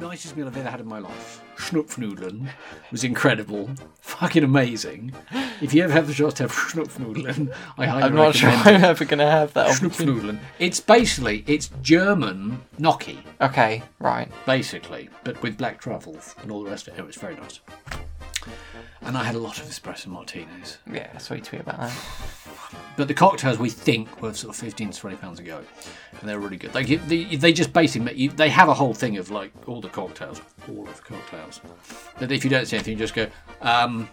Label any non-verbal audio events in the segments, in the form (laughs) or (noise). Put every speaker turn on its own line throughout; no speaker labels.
nicest meal I've ever had in my life. Schnupfnudeln was incredible, fucking amazing. If you ever have the chance to have Schnupfnudeln, I highly
I'm not sure
recommend
I'm ever going to have that.
it.
(laughs) opportunity.
(laughs) Schnupfnudeln. It's basically it's German gnocchi,
Okay, right.
basically, but with black truffles and all the rest of it. It was very nice. And I had a lot of espresso martinis.
Yeah, sweet tweet about that.
But the cocktails we think were sort of fifteen to twenty pounds a go, and they're really good. They give- they, they just basically make you, they have a whole thing of like all the cocktails, all of the cocktails. That if you don't see anything, you just go, um,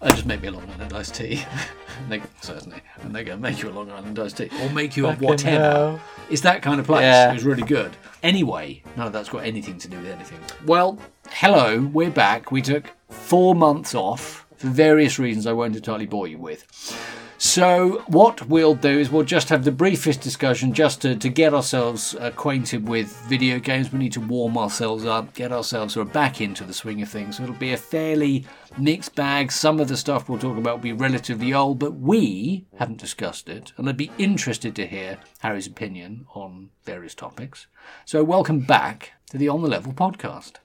uh, just make me a Long Island iced tea. (laughs) and they, certainly, and they go make you a Long Island iced tea, or make you a
Fucking
whatever.
hell.
It's that kind of place.
Yeah.
It was really good. Anyway, none of that's got anything to do with anything. Well, hello, we're back. We took four months off for various reasons I won't entirely bore you with. So, what we'll do is we'll just have the briefest discussion just to, to get ourselves acquainted with video games. We need to warm ourselves up, get ourselves sort of back into the swing of things. So, it'll be a fairly mixed bag. Some of the stuff we'll talk about will be relatively old, but we haven't discussed it, and I'd be interested to hear Harry's opinion on various topics. So, welcome back to the On the Level podcast.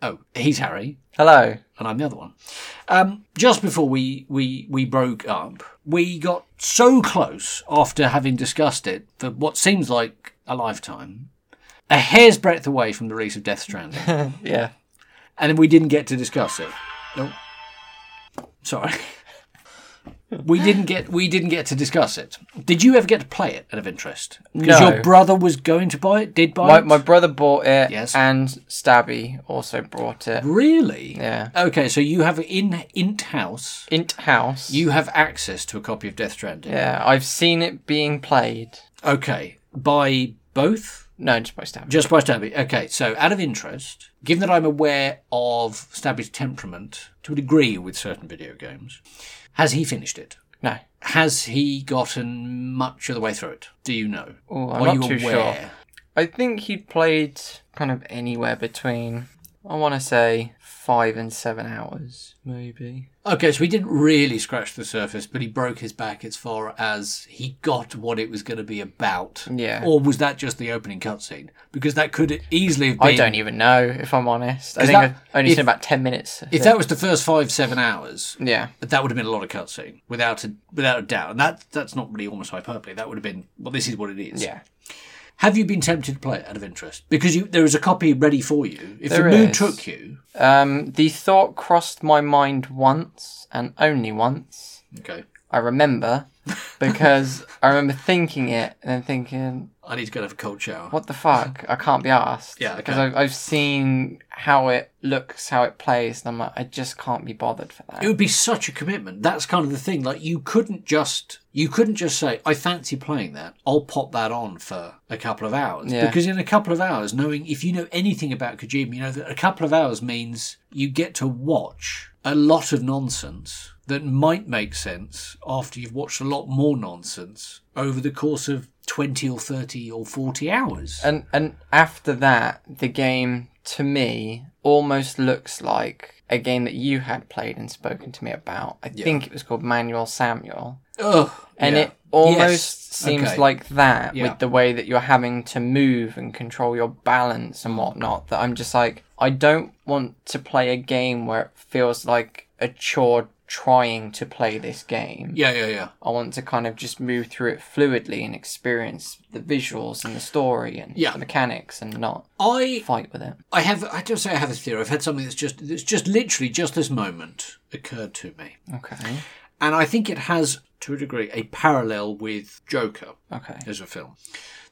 Oh, he's Harry
Hello.
and I'm the other one. Um, just before we, we we broke up, we got so close after having discussed it for what seems like a lifetime, a hair's breadth away from the release of Death
(laughs)
Stranding, and
Yeah.
then we didn't get to discuss it. No, sorry, we didn't get we didn't get to discuss it. Did you ever get to play it? Out of interest, because
No.
your brother was going to buy it, did buy
My,
it.
my brother bought it,
Yes.
and Stabby also bought it.
really?
Yeah.
Okay, so you have in int house.
Int House.
You have access to a copy of Death Stranding.
Yeah, I've seen it being played.
Okay, by both?
No, just by Stabby.
Just by Stabby. Okay, so out of interest, given that I'm aware of Stabby's temperament to a degree with certain video games, has he finished it?
no.
Has he gotten much of the way through it? Do you know?
Ooh, Oh, I'm
Are
not
you
too
aware?
sure. I think he played kind of anywhere between, I want to say, five and seven hours, maybe.
Okay, so he didn't really scratch the surface, but he broke his back as far as he got what it was going to be about.
Yeah.
Or was that just the opening cutscene? Because that could easily have been.
I don't even know, if I'm honest. I
'Cause
think
that-
I've only
if-
seen about 10 minutes. of
If
it.
that was the first five, seven hours,
yeah.
But that would have been a lot of cutscene, without a without a doubt. And that that's not really almost hyperbole. That would have been well, this is what it is.
Yeah.
Have you been tempted to play it out of interest? Because you there is a copy ready for you. If
There
the mood
is.
took you,
Um, the thought crossed my mind once and only once.
okay,
I remember
(laughs)
because I remember thinking it and then thinking,
I need to go and have a cold shower.
what the fuck? I can't be asked.
Yeah, okay.
Because I've, I've seen how it looks, how it plays, and I'm like, I just can't be bothered for that.
It would be such a commitment. That's kind of the thing. Like you couldn't just you couldn't just say I fancy playing that. I'll pop that on for a couple of hours
Yeah.
because in a couple of hours, knowing if you know anything about Kojima, you know that a couple of hours means you get to watch a lot of nonsense that might make sense after you've watched a lot more nonsense over the course of twenty or thirty or forty hours.
And and after that, the game to me almost looks like a game that you had played and spoken to me about. I think it was called Manuel Samuel,
Ugh,
and
yeah.
it almost
Yes,
seems
okay.
like that
Yeah.
with the way that you're having to move and control your balance and whatnot. That I'm just like, I don't want to play a game where it feels like a chore trying to play this game.
yeah, yeah, yeah.
I want to kind of just move through it fluidly and experience the visuals and the story and
Yeah.
the mechanics and not
I
fight with it.
I have. I don't say I have a theory. I've had something that's just that's just literally just this moment occurred to me,
Okay.
and I think it has to a degree a parallel with Joker
Okay.
as a film.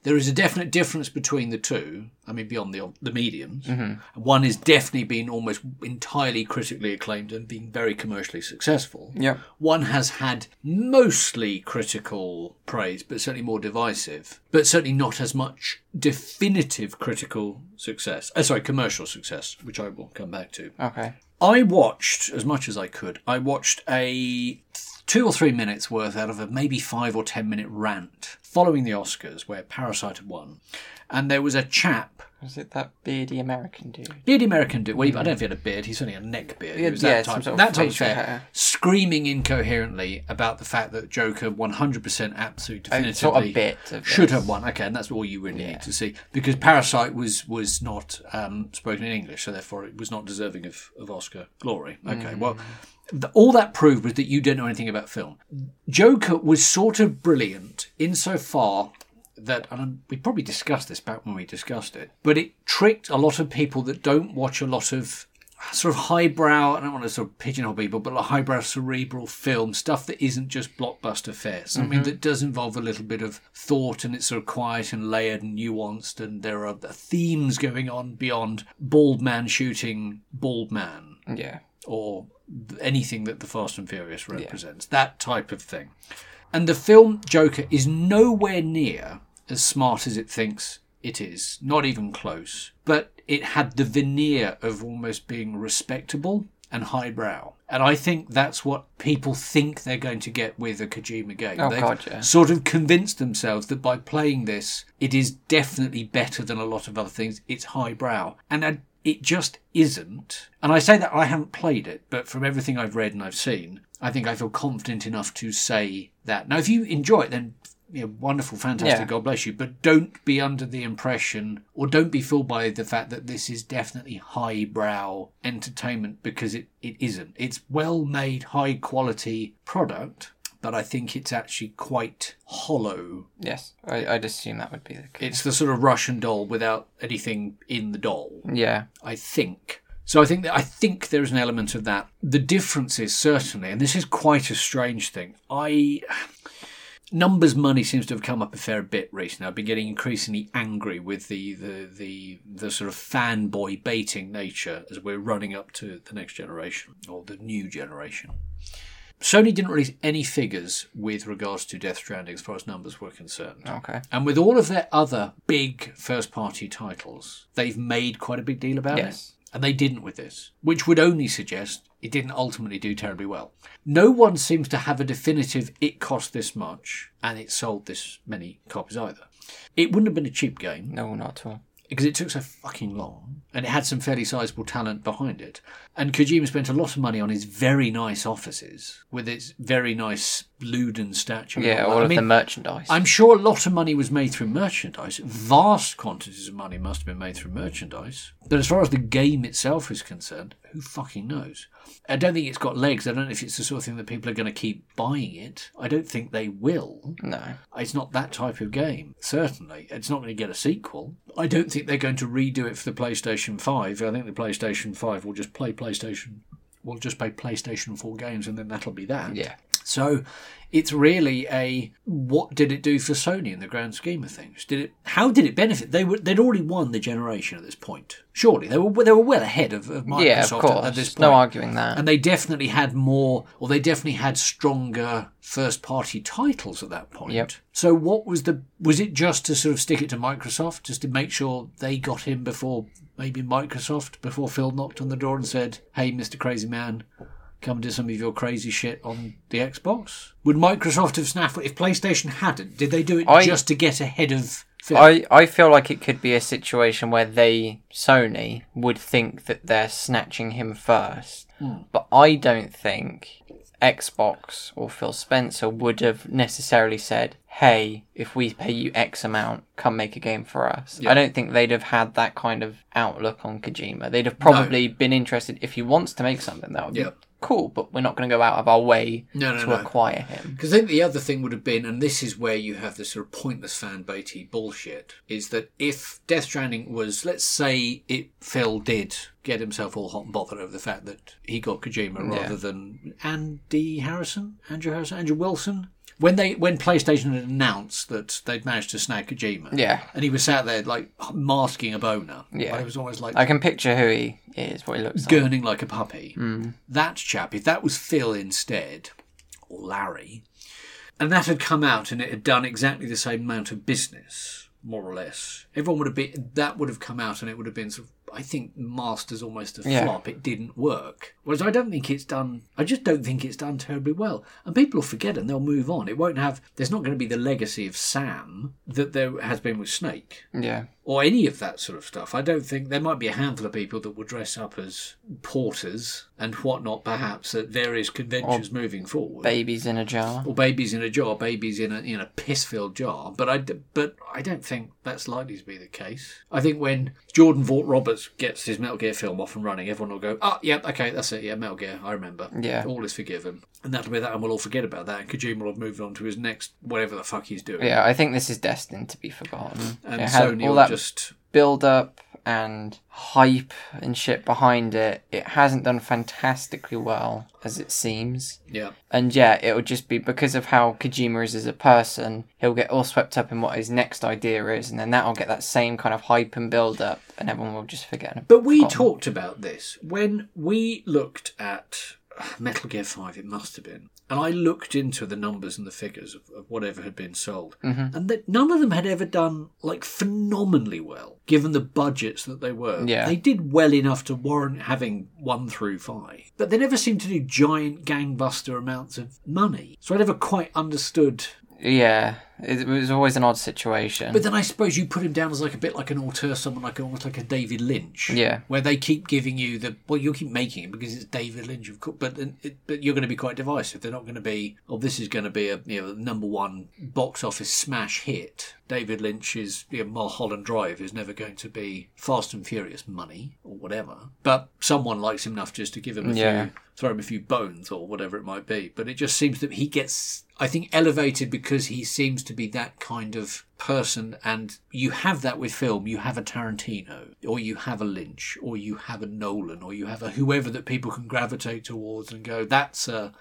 There is a definite difference between the two. I mean, beyond the the mediums, one has definitely been almost entirely critically acclaimed and being very commercially successful.
Yep.
One has had mostly critical praise, but certainly more divisive, but certainly not as much definitive critical success. Uh, sorry, commercial success, which I will come back to.
Okay.
I watched as much as I could. I watched a two or three minutes worth out of a maybe five or ten minute rant following the Oscars where Parasite had won, and there was a chap.
Was it that beardy American dude?
Beardy American dude. Well, he- I don't know if he had a beard. He certainly had a neck beard. He
had-
was
yeah,
that
some
type,
sort of
that type of
facial
fair.
hair.
screaming incoherently about the fact that Joker 100% absolute definitively
I saw a bit Oh, of this.
should have won. Okay, and that's all you really
Yeah.
need to see because Parasite was was not um, spoken in English, so therefore it was not deserving of, of Oscar glory. Okay,
Mm.
well, th- all that proved was that you don't know anything about film. Joker was sort of brilliant insofar that, and we probably discussed this back when we discussed it, but it tricked a lot of people that don't watch a lot of sort of highbrow, I don't want to sort of pigeonhole people, but like highbrow cerebral film, stuff that isn't just blockbuster fare, something that does involve a little bit of thought and it's sort of quiet and layered and nuanced and there are themes going on beyond bald man shooting bald man
Yeah.
or anything that the Fast and Furious represents, that type of thing. And the film Joker is nowhere near as smart as it thinks it is, not even close. But it had the veneer of almost being respectable and highbrow. And I think that's what people think they're going to get with a Kojima game.
Oh,
They've
God, yeah.
sort of convinced themselves that by playing this, it is definitely better than a lot of other things. It's highbrow. And I, it just isn't. And I say that I haven't played it, but from everything I've read and I've seen, I think I feel confident enough to say that. Now, if you enjoy it, then you know, wonderful, fantastic,
Yeah.
God bless you. But don't be under the impression or don't be fooled by the fact that this is definitely highbrow entertainment because it, it isn't. It's well made, high quality product, but I think it's actually quite hollow.
Yes. I, I'd assume that would be the case.
It's the sort of Russian doll without anything in the doll.
yeah.
I think. So I think that I think there is an element of that. The difference is certainly, and this is quite a strange thing. I numbers money seems to have come up a fair bit recently. I've been getting increasingly angry with the the the, the sort of fanboy baiting nature as we're running up to the next generation or the new generation. Sony didn't release any figures with regards to Death Stranding as far as numbers were concerned.
Okay.
And with all of their other big first party titles, they've made quite a big deal about
Yes.
it. And they didn't with this, which would only suggest it didn't ultimately do terribly well. No one seems to have a definitive it cost this much and it sold this many copies either. It wouldn't have been a cheap game
No, not at all.
because it took so fucking long and it had some fairly sizable talent behind it. And Kojima spent a lot of money on his very nice offices with its very nice Luden statue. and
Yeah,
all that.
all
I
of
mean,
the merchandise.
I'm sure a lot of money was made through merchandise. Vast quantities of money must have been made through merchandise. But as far as the game itself is concerned, who fucking knows? I don't think it's got legs. I don't know if it's the sort of thing that people are going to keep buying it. I don't think they will.
no.
It's not that type of game, certainly. It's not going to get a sequel. I don't think they're going to redo it for the PlayStation 5. I think the PlayStation 5 will just play PlayStation. will just play PlayStation 4 games and then that'll be that.
Yeah.
So it's really a what did it do for Sony in the grand scheme of things? Did it how did it benefit? They were they'd already won the generation at this point. Surely they were they were well ahead of, of Microsoft
Yeah, of
at- at this
course.
point.
No arguing that.
and they definitely had more, or they definitely had stronger first-party titles at that point.
Yep.
So, what was the? Was it just to sort of stick it to Microsoft, just to make sure they got him before maybe Microsoft, before Phil knocked on the door and said, "Hey, Mister Crazy Man, come do some of your crazy shit on the Xbox." Would Microsoft have snaffled if PlayStation hadn't? Did they do it
I-
just to get ahead of Phil?
I, I feel like it could be a situation where they, Sony, would think that they're snatching him first.
Hmm.
But I don't think Xbox or Phil Spencer would have necessarily said, hey, if we pay you X amount, come make a game for us. I don't think they'd have had that kind of outlook on Kojima. They'd have probably been interested, if he wants to make something, that would be
Yep.
cool, but we're not going to go out of our way
No, no,
to
no.
acquire him.
Because I think the other thing would have been, and this is where you have this sort of pointless fan baity bullshit, is that if Death Stranding was, let's say, it Phil did get himself all hot and bothered over the fact that he got Kojima rather than Andy Harrison, Andrew Harrison, Andrew Wilson. When they when PlayStation had announced that they'd managed to snag Kojima,
Yeah.
and he was sat there like masking a boner,
Yeah.
but it was almost like
I can picture who he is, what he looks like.
gurning like a puppy. That chap, if that was Phil instead, or Larry, and that had come out and it had done exactly the same amount of business, more or less, everyone would have been, that would have come out and it would have been sort of, I think Masters almost a
Yeah.
flop. It didn't work. Whereas I don't think it's done. I just don't think it's done terribly well. And people will forget and they'll move on. It won't have. There's not going to be the legacy of Sam that there has been with Snake
Yeah.
or any of that sort of stuff. I don't think there might be a handful of people that will dress up as porters and whatnot, perhaps at various conventions moving forward,
Babies in a jar.
or babies in a jar, babies in a in a piss-filled jar. But I d- but I don't think that's likely to be the case. I think when Jordan Vaught Roberts gets his Metal Gear film off and running, everyone will go, "Ah, yeah, okay, that's it. Yeah, Metal Gear. I remember.
Yeah.
all is forgiven." And that'll be that, and we'll all forget about that. And Kojima will have moved on to his next whatever the fuck he's doing.
Yeah, I think this is destined to be forgotten.
And
it had
Sony
all
will
that
just
build up and hype and shit behind it. It hasn't done fantastically well as it seems.
yeah.
And yeah, it'll just be because of how Kojima is as a person, he'll get all swept up in what his next idea is, and then that'll get that same kind of hype and build up, and everyone will just forget.
But we
forgotten.
talked about this when we looked at (sighs) Metal Gear 5, it must have been. And I looked into the numbers and the figures of, of whatever had been sold.
Mm-hmm.
And that none of them had ever done like phenomenally well, given the budgets that they were.
Yeah.
They did well enough to warrant having one through five. But they never seemed to do giant gangbuster amounts of money. So I never quite understood
Yeah, it was always an odd situation.
But then I suppose you put him down as like a bit like an auteur, someone like almost like a David Lynch.
Yeah.
Where they keep giving you the well, you'll keep making it because it's David Lynch, of course. But then it, but you're going to be quite divisive. They're not going to be oh, this is going to be a you know number one box office smash hit. David Lynch is you know, Mulholland Drive is never going to be Fast and Furious money or whatever. But someone likes him enough just to give him a
Yeah.
few throw him a few bones or whatever it might be. But it just seems that he gets, I think, elevated because he seems to be that kind of person. And you have that with film. You have a Tarantino, or you have a Lynch, or you have a Nolan, or you have a whoever that people can gravitate towards and go, that's a.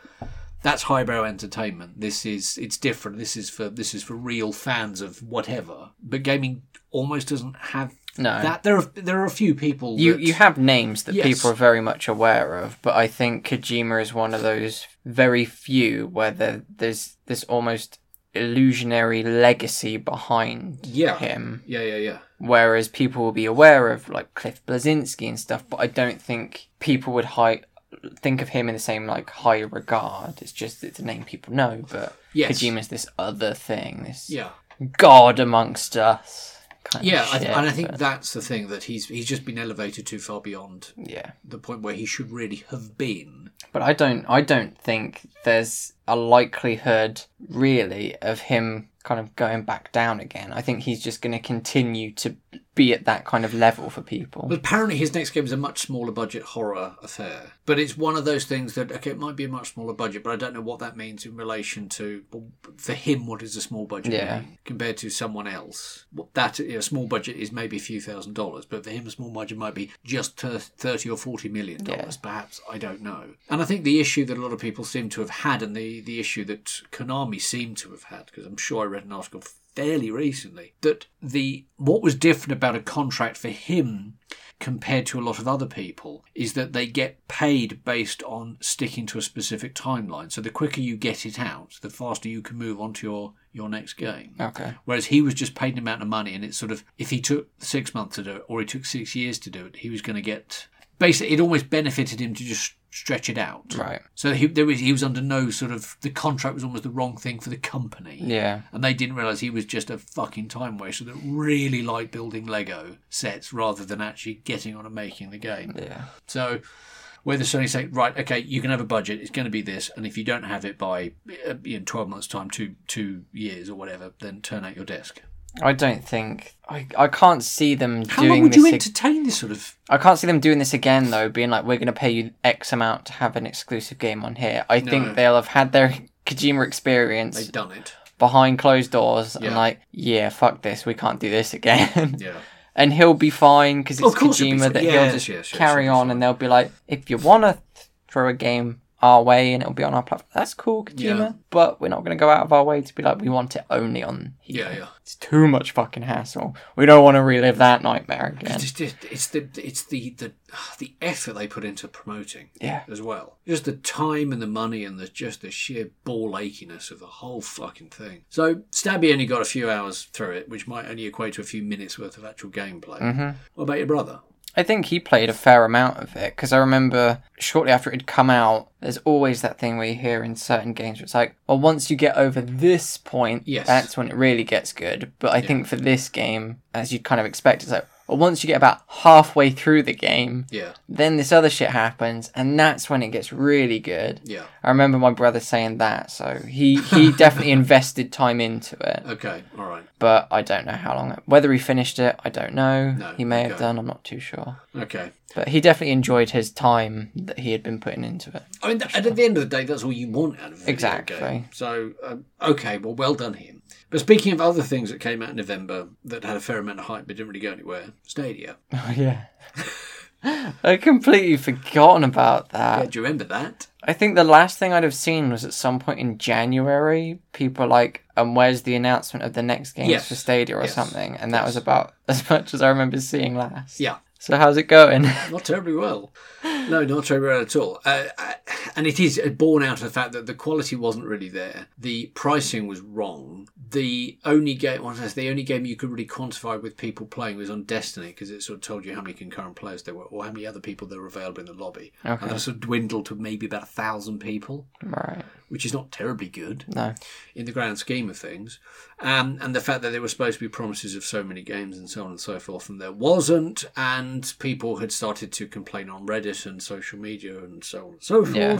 That's highbrow entertainment. This is it's different. This is for this is for real fans of whatever. But gaming almost doesn't have
No.
that. There are there are a few people.
You
that,
you have names that
Yes.
people are very much aware of, but I think Kojima is one of those very few where the, there's this almost illusionary legacy behind
Yeah.
him.
yeah yeah yeah.
Whereas people will be aware of like Cliff Blazinski and stuff, but I don't think people would high think of him in the same like high regard. It's just it's a name people know, but
Yes.
Kojima's this other thing, this
Yeah.
god amongst us. Kind
Yeah,
of
I
shit,
and I think
but-
that's the thing that he's he's just been elevated too far beyond
yeah.
the point where he should really have been.
But I don't I don't think there's a likelihood really of him kind of going back down again. I think he's just going to continue to be at that kind of level for people.
But apparently, his next game is a much smaller budget horror affair. But it's one of those things that okay, it might be a much smaller budget, but I don't know what that means in relation to for him what is a small budget
Yeah.
mean compared to someone else. What that you know, small budget is maybe a few thousand dollars, but for him a small budget might be just thir- thirty or forty million dollars, perhaps. I don't know. And I think the issue that a lot of people seem to have had, and the the issue that Konami seemed to have had, because I'm sure I read an article fairly recently that the what was different about a contract for him compared to a lot of other people is that they get paid based on sticking to a specific timeline so the quicker you get it out the faster you can move on to your your next game
Okay.
Whereas he was just paid an amount of money, and it's sort of if he took six months to do it or he took six years to do it, he was going to get basically it almost benefited him to just stretch it out.
Right.
So he there was he was under no sort of the contract was almost the wrong thing for the company.
Yeah.
And they didn't realise he was just a fucking time waster that really liked building Lego sets rather than actually getting on and making the game.
Yeah.
So whether Sony say, right, okay, you can have a budget, it's going to be this, and if you don't have it by uh, in 12 months' time, two two years or whatever, then turn out your desk.
I don't think I, I can't see them
How
doing
long would
this
you
ag-
entertain this sort of?
I can't see them doing this again though, being like we're going to pay you X amount to have an exclusive game on here. I
No.
think they'll have had their (laughs) Kojima experience
They've done it.
behind closed doors and
Yeah.
like, yeah, fuck this, we can't do this again.
Yeah.
and he'll be fine because it's
Of course he'll be
Kojima
fine.
that
Yes,
he'll just
yes, yes,
carry
he'll be
on, and they'll be like, if you want to throw a game our way and it'll be on our platform, that's cool, Kojima.
Yeah.
But we're not going to go out of our way to be like, we want it only on. Here.
Yeah, yeah.
It's too much fucking hassle. We don't want to relive that nightmare again.
It's, just, it's the it's the the the effort they put into promoting
Yeah.
as well. Just the time and the money and the just the sheer ball achiness of the whole fucking thing. So Stabby only got a few hours through it, which might only equate to a few minutes worth of actual gameplay. What about your brother?
I think he played a fair amount of it because I remember shortly after it had come out, there's always that thing where you hear in certain games where it's like, well, once you get over this point,
Yes.
that's when it really gets good. But I think for this game, as you kind of expect, it's like, well, once you get about halfway through the game,
Yeah,
then this other shit happens, and that's when it gets really good.
yeah.
I remember my brother saying that, so
(laughs)
he, he definitely invested time into it
Okay, all right.
but I don't know how long. Whether he finished it, I don't know.
No,
he may have
okay.
done. I'm not too sure.
Okay.
But he definitely enjoyed his time that he had been
(laughs)
putting into it.
I mean, th- and at the end of the day, that's all you want out of a video
Exactly.
game. So, um, okay, well, well done him. But speaking of other things that came out in November that had a fair amount of hype but didn't really go anywhere, Stadia.
Oh (laughs) yeah. I completely forgotten about that.
Yeah, do you remember that?
I think the last thing I'd have seen was at some point in January, people were like, and where's the announcement of the next games
Yes.
for Stadia or
Yes.
something? And that was about (laughs) as much as I remember seeing last.
Yeah.
So how's it going? (laughs)
Not terribly well. No, not terribly well at all. Uh, uh, and it is born out of the fact that the quality wasn't really there. The pricing was wrong. The only game, well, the only game you could really quantify with people playing was on Destiny because it sort of told you how many concurrent players there were or how many other people there were available in the lobby.
Okay.
And that sort of dwindled to maybe about a thousand people,
right.
which is not terribly good
No.
in the grand scheme of things, um, and the fact that there were supposed to be promises of so many games and so on and so forth, and there wasn't, and people had started to complain on Reddit and social media and so on and so forth,
Yeah.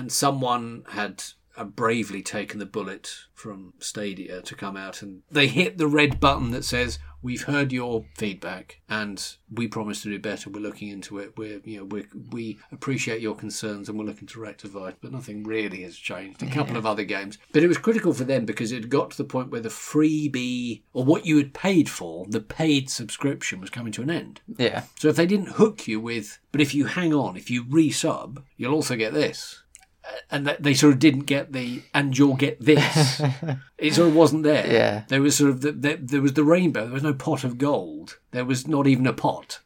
and someone had uh, bravely taken the bullet from Stadia to come out, and they hit the red button that says. We've heard your feedback, and we promise to do better. We're looking into it. We're, you know, we we appreciate your concerns, and we're looking to rectify. it. But nothing really has changed. A couple of other games, but it was critical for them because it got to the point where the freebie or what you had paid for, the paid subscription, was coming to an end.
Yeah.
So if they didn't hook you with, but if you hang on, if you resub, you'll also get this. Uh, And that- they sort of didn't get the, and you'll get this.
(laughs)
it sort of wasn't there.
Yeah.
There was sort of, the, there, there was the rainbow. There was no pot of gold. There was not even a pot.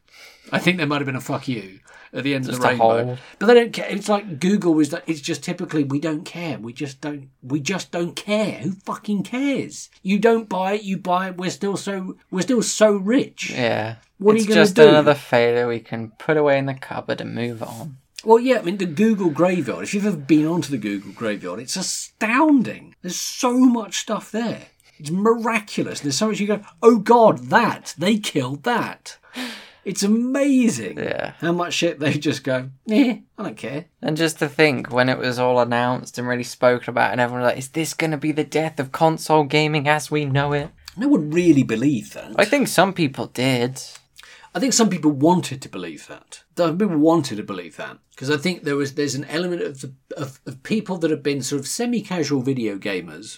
I think there might have been a fuck you at the end of
Just
the
a
rainbow.
hole.
But they don't care. It's like Google was, like- it's just typically, we don't care. We just don't, we just don't care. Who fucking cares? You don't buy it, you buy it. We're still so, we're still so rich.
Yeah.
What are
it's
you gonna
just
do?
another failure we can put away in the cupboard and move on.
Well, yeah, I mean, the Google graveyard, if you've ever been onto the Google graveyard, it's astounding. There's so much stuff there. It's miraculous. There's so much you go, oh God, that, they killed that. It's amazing
Yeah.
how much shit they just go, eh, I don't care.
And just to think, when it was all announced and really spoken about, and everyone was like, is this going to be the death of console gaming as we know it?
No one really believed that.
I think some people did.
I think some people wanted to believe that. Some people wanted to believe that because I think there was there's an element of the of, of people that have been sort of semi-casual video gamers,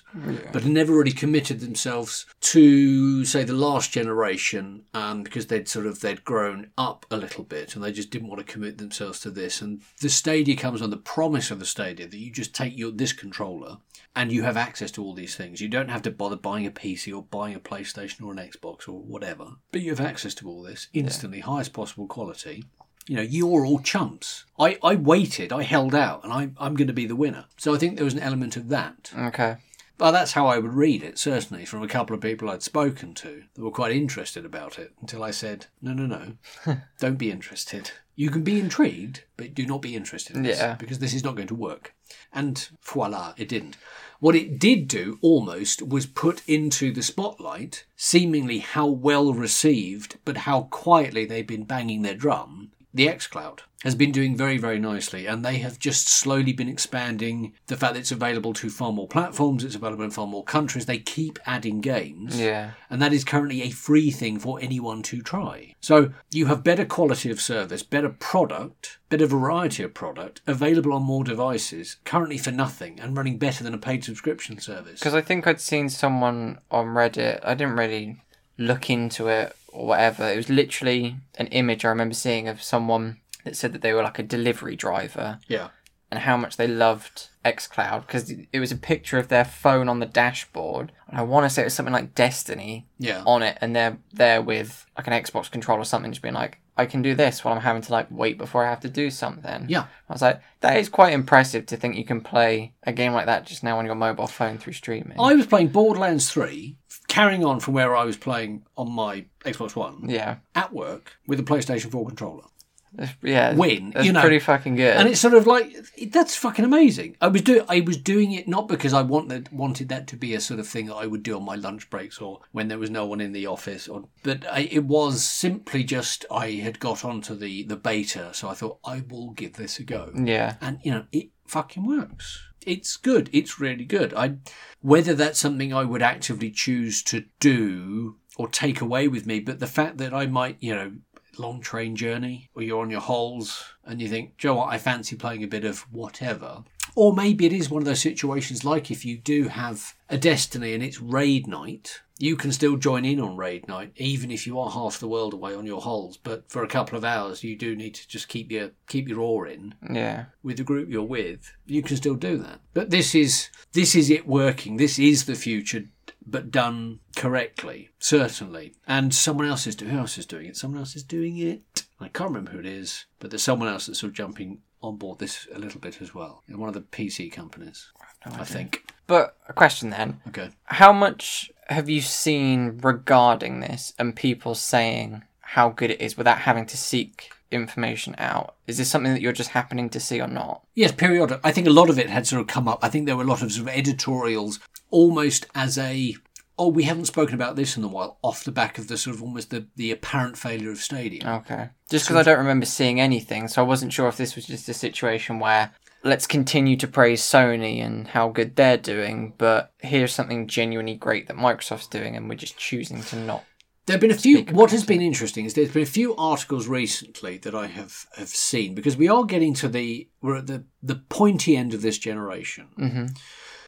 but had never really committed themselves to say the last generation, um, because they'd sort of they'd grown up a little bit and they just didn't want to commit themselves to this. And the Stadia comes on the promise of the Stadia that you just take your this controller and you have access to all these things. You don't have to bother buying a PC or buying a PlayStation or an Xbox or whatever, but you have access to all this instantly, highest possible quality. You know, you're all chumps. I, I waited, I held out, and I, I'm going to be the winner. So I think there was an element of that.
Okay.
Well, that's how I would read it, certainly, from a couple of people I'd spoken to that were quite interested about it until I said, no, no, no, don't be interested. You can be intrigued, but do not be interested in this
Yeah.
because this is not going to work. And voila, it didn't. What it did do almost was put into the spotlight seemingly how well received, but how quietly they've been banging their drum. The xCloud has been doing very, very nicely, and they have just slowly been expanding the fact that it's available to far more platforms, it's available in far more countries. They keep adding games
Yeah.
and that is currently a free thing for anyone to try. So you have better quality of service, better product, better variety of product available on more devices, currently for nothing and running better than a paid subscription service.
Because I think I'd seen someone on Reddit, I didn't really look into it or whatever. It was literally an image I remember seeing of someone that said that they were like a delivery driver.
Yeah,
and how much they loved xCloud because it was a picture of their phone on the dashboard. And I want to say it was something like Destiny
yeah,
on it, and they're there with like an Xbox controller or something, just being like, I can do this while I'm having to like wait before I have to do something.
Yeah.
I was like, that is quite impressive to think you can play a game like that just now on your mobile phone through streaming.
I was playing Borderlands 3, carrying on from where I was playing on my Xbox One
yeah.
at work with a PlayStation 4 controller.
That's- yeah.
Win,
That's
you know.
pretty fucking good.
And it's sort of like it- that's fucking amazing. I was doing I was doing it not because I wanted wanted that to be a sort of thing that I would do on my lunch breaks or when there was no one in the office, or but I, it was simply just I had got onto the the beta, so I thought I will give this a go
yeah.
and you know it fucking works it's good it's really good i whether that's something i would actively choose to do or take away with me but the fact that i might you know long train journey or you're on your holes and you think joe what i fancy playing a bit of whatever or maybe it is one of those situations like if you do have a destiny and it's raid night you can still join in on raid night even if you are half the world away on your holes but for a couple of hours you do need to just keep your keep your oar in
Yeah.
with the group you're with, you can still do that. But this is this is it working. This is the future, but done correctly, certainly. And someone else is doing. Who else is doing it? Someone else is doing it. I can't remember who it is, but there's someone else that's sort of jumping on board this a little bit as well. In one of the PC companies, I think.
But a question then.
Okay.
How much have you seen regarding this and people saying how good it is without having to seek information out? Is this something that you're just happening to see or not?
Yes, periodic. I think a lot of it had sort of come up. I think there were a lot of sort of editorials almost as a oh we haven't spoken about this in a while off the back of the sort of almost the, the apparent failure of Stadia.
Okay. Just because I don't remember seeing anything, so I wasn't sure if this was just a situation where let's continue to praise Sony and how good they're doing, but here's something genuinely great that Microsoft's doing and we're just choosing to not.
There have been a few. What has been interesting is there's been a few articles recently that I have, have seen because we are getting to the we're at the the pointy end of this generation.
hmm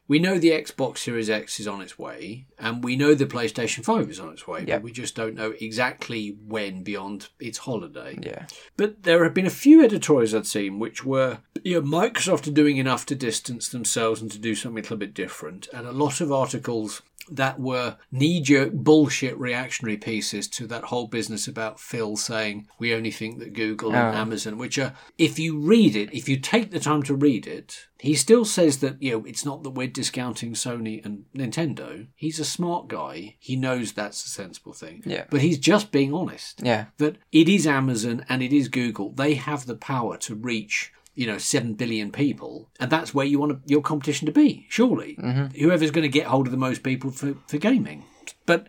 We know the Xbox Series X is on its way, and we know the PlayStation Five is on its way,
Yep.
but we just don't know exactly when beyond its holiday.
Yeah.
But there have been a few editorials I'd seen which were, you know, Microsoft are doing enough to distance themselves and to do something a little bit different, and a lot of articles that were knee-jerk bullshit reactionary pieces to that whole business about Phil saying we only think that Google and
Oh.
Amazon, which are if you read it, if you take the time to read it, he still says that you know it's not that we're discounting Sony and Nintendo. He's a smart guy. He knows that's a sensible thing.
Yeah.
But he's just being honest
Yeah.
that it is Amazon and it is Google. They have the power to reach you know seven billion people, and that's where you want your competition to be. Surely, whoever's going to get hold of the most people for, for gaming, but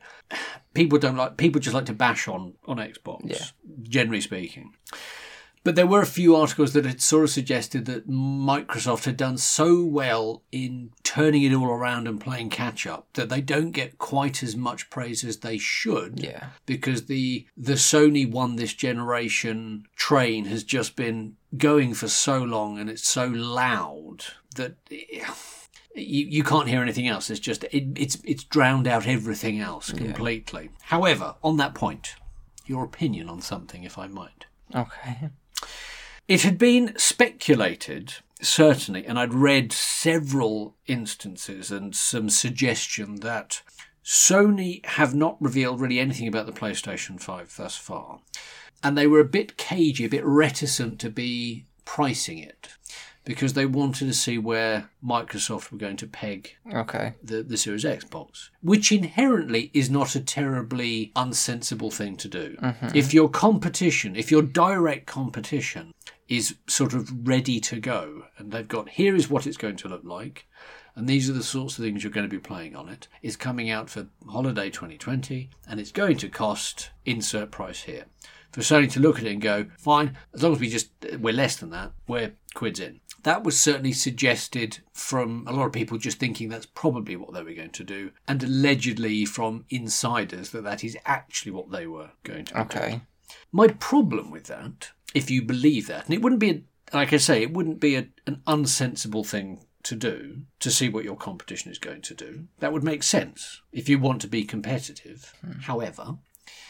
people don't like people just like to bash on on Xbox.
Yeah.
Generally speaking. But there were a few articles that had sort of suggested that Microsoft had done so well in turning it all around and playing catch up that they don't get quite as much praise as they should
Yeah.
because the the Sony one this generation train has just been going for so long and it's so loud that eh, you, you can't hear anything else. It's just it, it's it's drowned out everything else completely. However, on that point, your opinion on something, if I might.
Okay. (laughs)
It had been speculated, certainly, and I'd read several instances and some suggestion that Sony have not revealed really anything about the PlayStation 5 thus far. And they were a bit cagey, a bit reticent to be pricing it because they wanted to see where Microsoft were going to peg
Okay.
the, the Series X box, which inherently is not a terribly unsensible thing to do. If your competition, if your direct competition is sort of ready to go, and they've got here is what it's going to look like, and these are the sorts of things you're going to be playing on it, it's coming out for holiday 2020, and it's going to cost insert price here. For Sony to look at it and go, fine, as long as we just we're less than that, we're quids in. That was certainly suggested from a lot of people just thinking that's probably what they were going to do, and allegedly from insiders that that is actually what they were going to. do.
Okay.
My problem with that, if you believe that, and it wouldn't be, a, like I say, it wouldn't be a, an unsensible thing to do to see what your competition is going to do. That would make sense if you want to be competitive. However,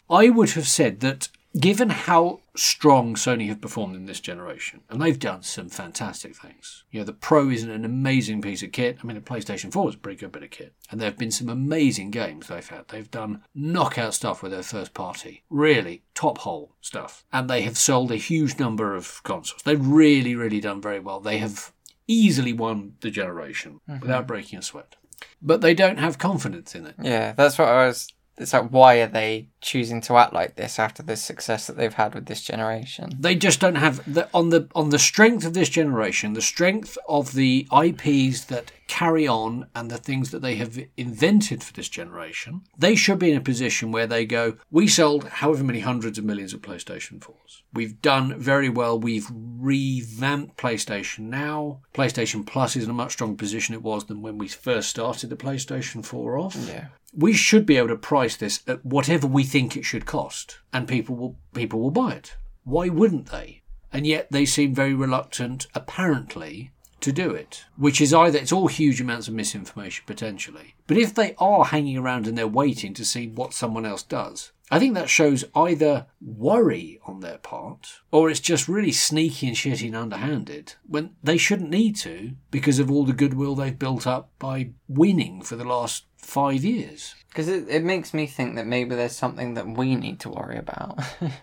I would have said that given how strong Sony have performed in this generation, and they've done some fantastic things. You know, the Pro is an amazing piece of kit. I mean, the PlayStation 4 is a pretty good bit of kit. And there have been some amazing games they've had. They've done knockout stuff with their first party, really top hole stuff. And they have sold a huge number of consoles. They've really, really done very well. They have easily won the generation without breaking a sweat. But they don't have confidence in it.
Yeah, that's what I was. It's like, why are they choosing to act like this after the success that they've had with this generation?
they just don't have the, on the on the strength of this generation, the strength of the IPs that carry on and the things that they have invented for this generation. They should be in a position where they go, we sold however many hundreds of millions of PlayStation 4s. We've done very well. We've revamped PlayStation now. PlayStation Plus is in a much stronger position it was than when we first started the PlayStation 4 off
Yeah.
we should be able to price this at whatever we think it should cost, and people will people will buy it. Why wouldn't they? And yet they seem very reluctant, apparently, to do it. Which is either it's all huge amounts of misinformation potentially, but if they are hanging around and they're waiting to see what someone else does, I think that shows either worry on their part, or it's just really sneaky and shitty and underhanded when they shouldn't need to because of all the goodwill they've built up by winning for the last five years.
Because it, it makes me think that maybe there's something that we need to worry about. (laughs)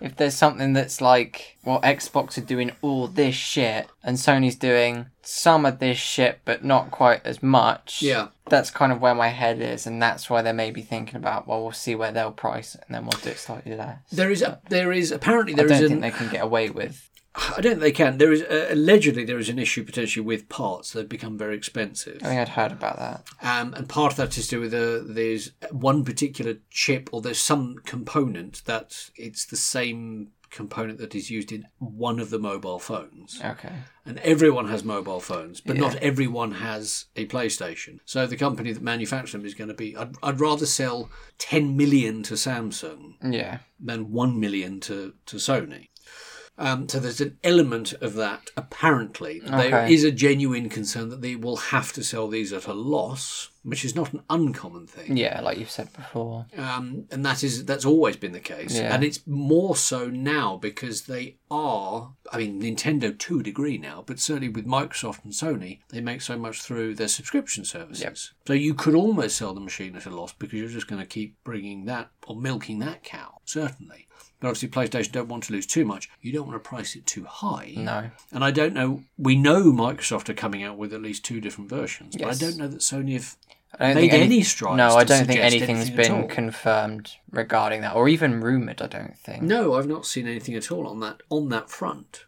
if there's something that's like, well, Xbox are doing all this shit and Sony's doing some of this shit, but not quite as much.
Yeah.
That's kind of where my head is, and that's why they may be thinking about, well, we'll see where they'll price it and then we'll do it slightly less.
There is a, there is apparently
I
there
don't
is
think
an
they can get away with.
I don't think they can there is uh, allegedly there is an issue potentially with parts that have become very expensive.
I think I'd heard about that.
Um, and part of that is to do with uh, there's one particular chip or there's some component that it's the same component that is used in one of the mobile phones.
Okay.
And everyone has mobile phones, but not everyone has a PlayStation. So the company that manufactures them is going to be I'd, I'd rather sell 10 million to Samsung
Yeah.
than 1 million to, to Sony. Um, so there's an element of that, apparently. There
Okay.
is a genuine concern that they will have to sell these at a loss, which is not an uncommon thing.
Yeah, like you've said before.
Um, and that is that's always been the case,
Yeah.
and it's more so now because they are. I mean, Nintendo to a degree now, but certainly with Microsoft and Sony, they make so much through their subscription services. So you could almost sell the machine at a loss because you're just going to keep bringing that or milking that cow. Certainly, but obviously PlayStation don't want to lose too much. You don't want to price it too high.
No.
And I don't know. We know Microsoft are coming out with at least two different versions, but I
Yes.
don't know that Sony have
I don't
made
think any-
any strides.
No,
to
I don't think
suggest
anything's
anything at
been
all.
confirmed regarding that, or even rumored. I don't think.
No, I've not seen anything at all on that on that front.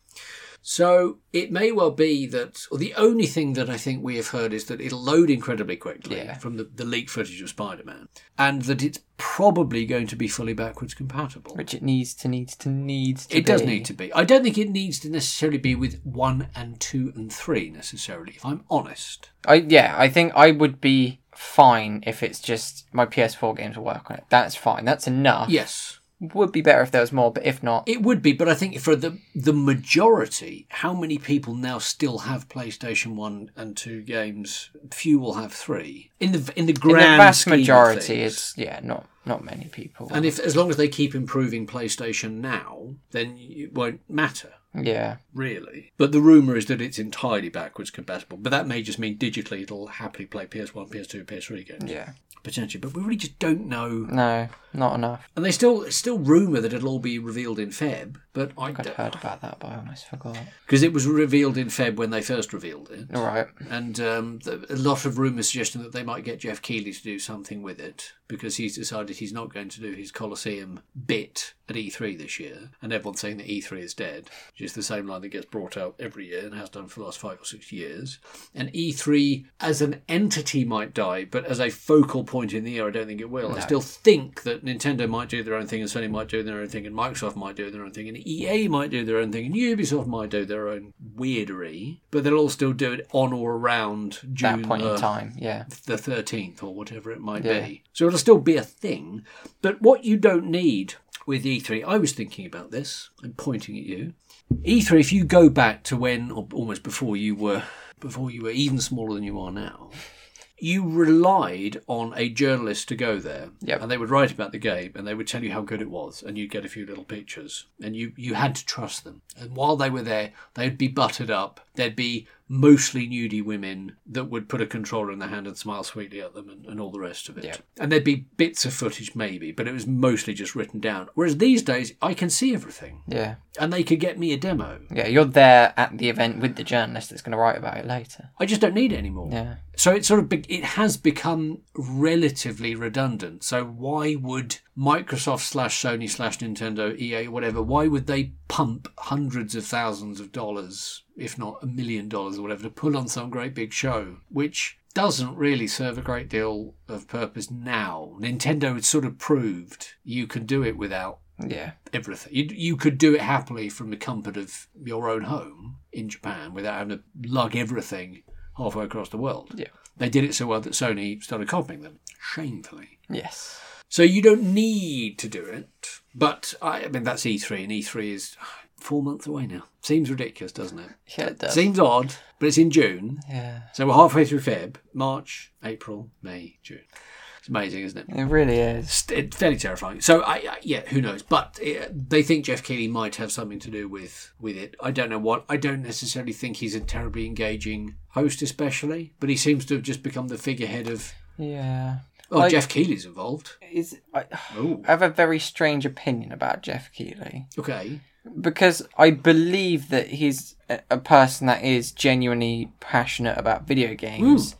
So it may well be that or the only thing that I think we have heard is that it'll load incredibly quickly
Yeah.
from the, the leaked footage of Spider Man. And that it's probably going to be fully backwards compatible.
Which it needs to, needs to, needs to.
It does
be.
need to be. I don't think it needs to necessarily be with one and two and three necessarily, if I'm honest.
I yeah, I think I would be fine if it's just my PS4 games will work on it. That's fine. That's enough.
Yes.
Would be better if there was more, but if not,
It would be, but I think for the the majority, how many people now still have PlayStation One and Two games? Few will have three. In the in the
in
grand
the vast
scheme of
majority,
things.
it's yeah, not not many people.
And if as long as they keep improving PlayStation now, then it won't matter
yeah,
really. But the rumor is that it's entirely backwards compatible. But that may just mean digitally it'll happily play PS1, PS2, PS3 games
yeah,
potentially. But we really just don't know.
no, not enough.
And they still it's still rumor that it'll all be revealed in Feb. But I
I'd
don't
heard about that, but I almost forgot.
because it was revealed in Feb when they first revealed it.
All right.
And um, th- a lot of rumours suggesting that they might get Jeff Keighley to do something with it because he's decided he's not going to do his Colosseum bit at E3 this year. And everyone's saying that E3 is dead, which is the same line that gets brought out every year and has done for the last five or six years. And E E3 as an entity might die, but as a focal point in the year, I don't think it will. I still think that Nintendo might do their own thing, and Sony might do their own thing, and Microsoft might do their own thing, and EA might do their own thing, and Ubisoft might do their own weirdery, but they'll all still do it on or around June uh,
That point
the-
in time, yeah.
the 13th or whatever it might
Yeah.
be. So it'll still be a thing. But what you don't need with E3, I was thinking about this, I'm pointing at you. E3, if you go back to when, or almost before you were, before you were even smaller than you are now, you relied on a journalist to go there,
Yep.
and they would write about the game, and they would tell you how good it was, and you'd get a few little pictures, and you you had to trust them. And while they were there, they'd be buttered up. There'd be mostly nudie women that would put a controller in their hand and smile sweetly at them, and, and all the rest of it.
Yep.
And there'd be bits of footage maybe, but it was mostly just written down. Whereas these days, I can see everything,
Yeah.
and they could get me a demo.
Yeah, you're there at the event with the journalist that's going to write about it later.
I just don't need it anymore.
Yeah.
So it sort of be- it has become relatively redundant. So why would Microsoft slash Sony slash Nintendo EA whatever? Why would they pump hundreds of thousands of dollars, if not a million dollars or whatever, to pull on some great big show, which doesn't really serve a great deal of purpose now. Nintendo had sort of proved you can do it without
Yeah.
everything. You, you could do it happily from the comfort of your own home in Japan without having to lug everything halfway across the world.
Yeah.
They did it so well that Sony started copying them, shamefully.
Yes.
So you don't need to do it, but I, I mean, that's E3, and E3 is four months away now. Seems ridiculous, doesn't it?
Yeah, it does.
Seems odd, but it's in June.
Yeah.
So we're halfway through Feb, March, April, May, June. It's amazing, isn't it?
It really is.
St- it's fairly terrifying. So I, I yeah, who knows? But uh, they think Jeff Keighley might have something to do with with it. I don't know what. I don't necessarily think he's a terribly engaging host, especially. But he seems to have just become the figurehead of.
Yeah.
Oh,
Like-
Jeff Keighley's involved.
Is I,
Oh,
I have a very strange opinion about Jeff Keighley
okay.
because I believe that he's a, a person that is genuinely passionate about video games.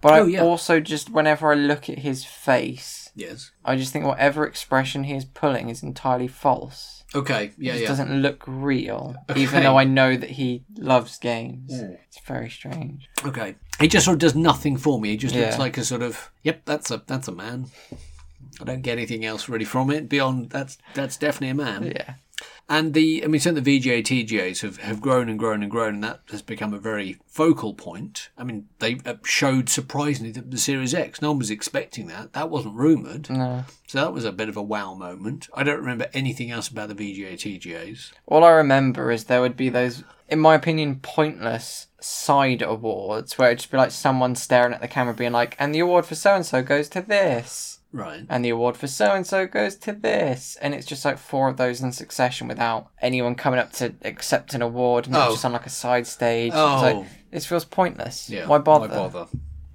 But
Oh,
I
yeah.
also just, whenever I look at his face,
Yes.
I just think whatever expression he is pulling is entirely false.
Okay. Yeah.
It just
Yeah.
doesn't look
(laughs)
real,
Okay.
even though I know that he loves games. It's very strange.
Okay. He just sort of does nothing for me. He just looks
Yeah.
like a sort of yep. That's a that's a man. I don't get anything else really from it beyond that's that's definitely a man.
Yeah.
And the, I mean, certainly the VGA TGAs have, have grown and grown and grown, and that has become a very focal point. I mean, they uh, showed surprisingly the, the Series X. No one was expecting that. That wasn't rumoured.
No.
So that was a bit of a wow moment. I don't remember anything else about the VGA TGAs.
All I remember is there would be those, in my opinion, pointless side awards where it'd just be like someone staring at the camera being like, and the award for so and so goes to this,
Right.
and the award for so and so goes to this. And it's just like four of those in succession without anyone coming up to accept an award and
Oh.
it's just on like a side stage.
Oh.
It's like, this feels pointless.
Yeah.
Why bother?
Why bother?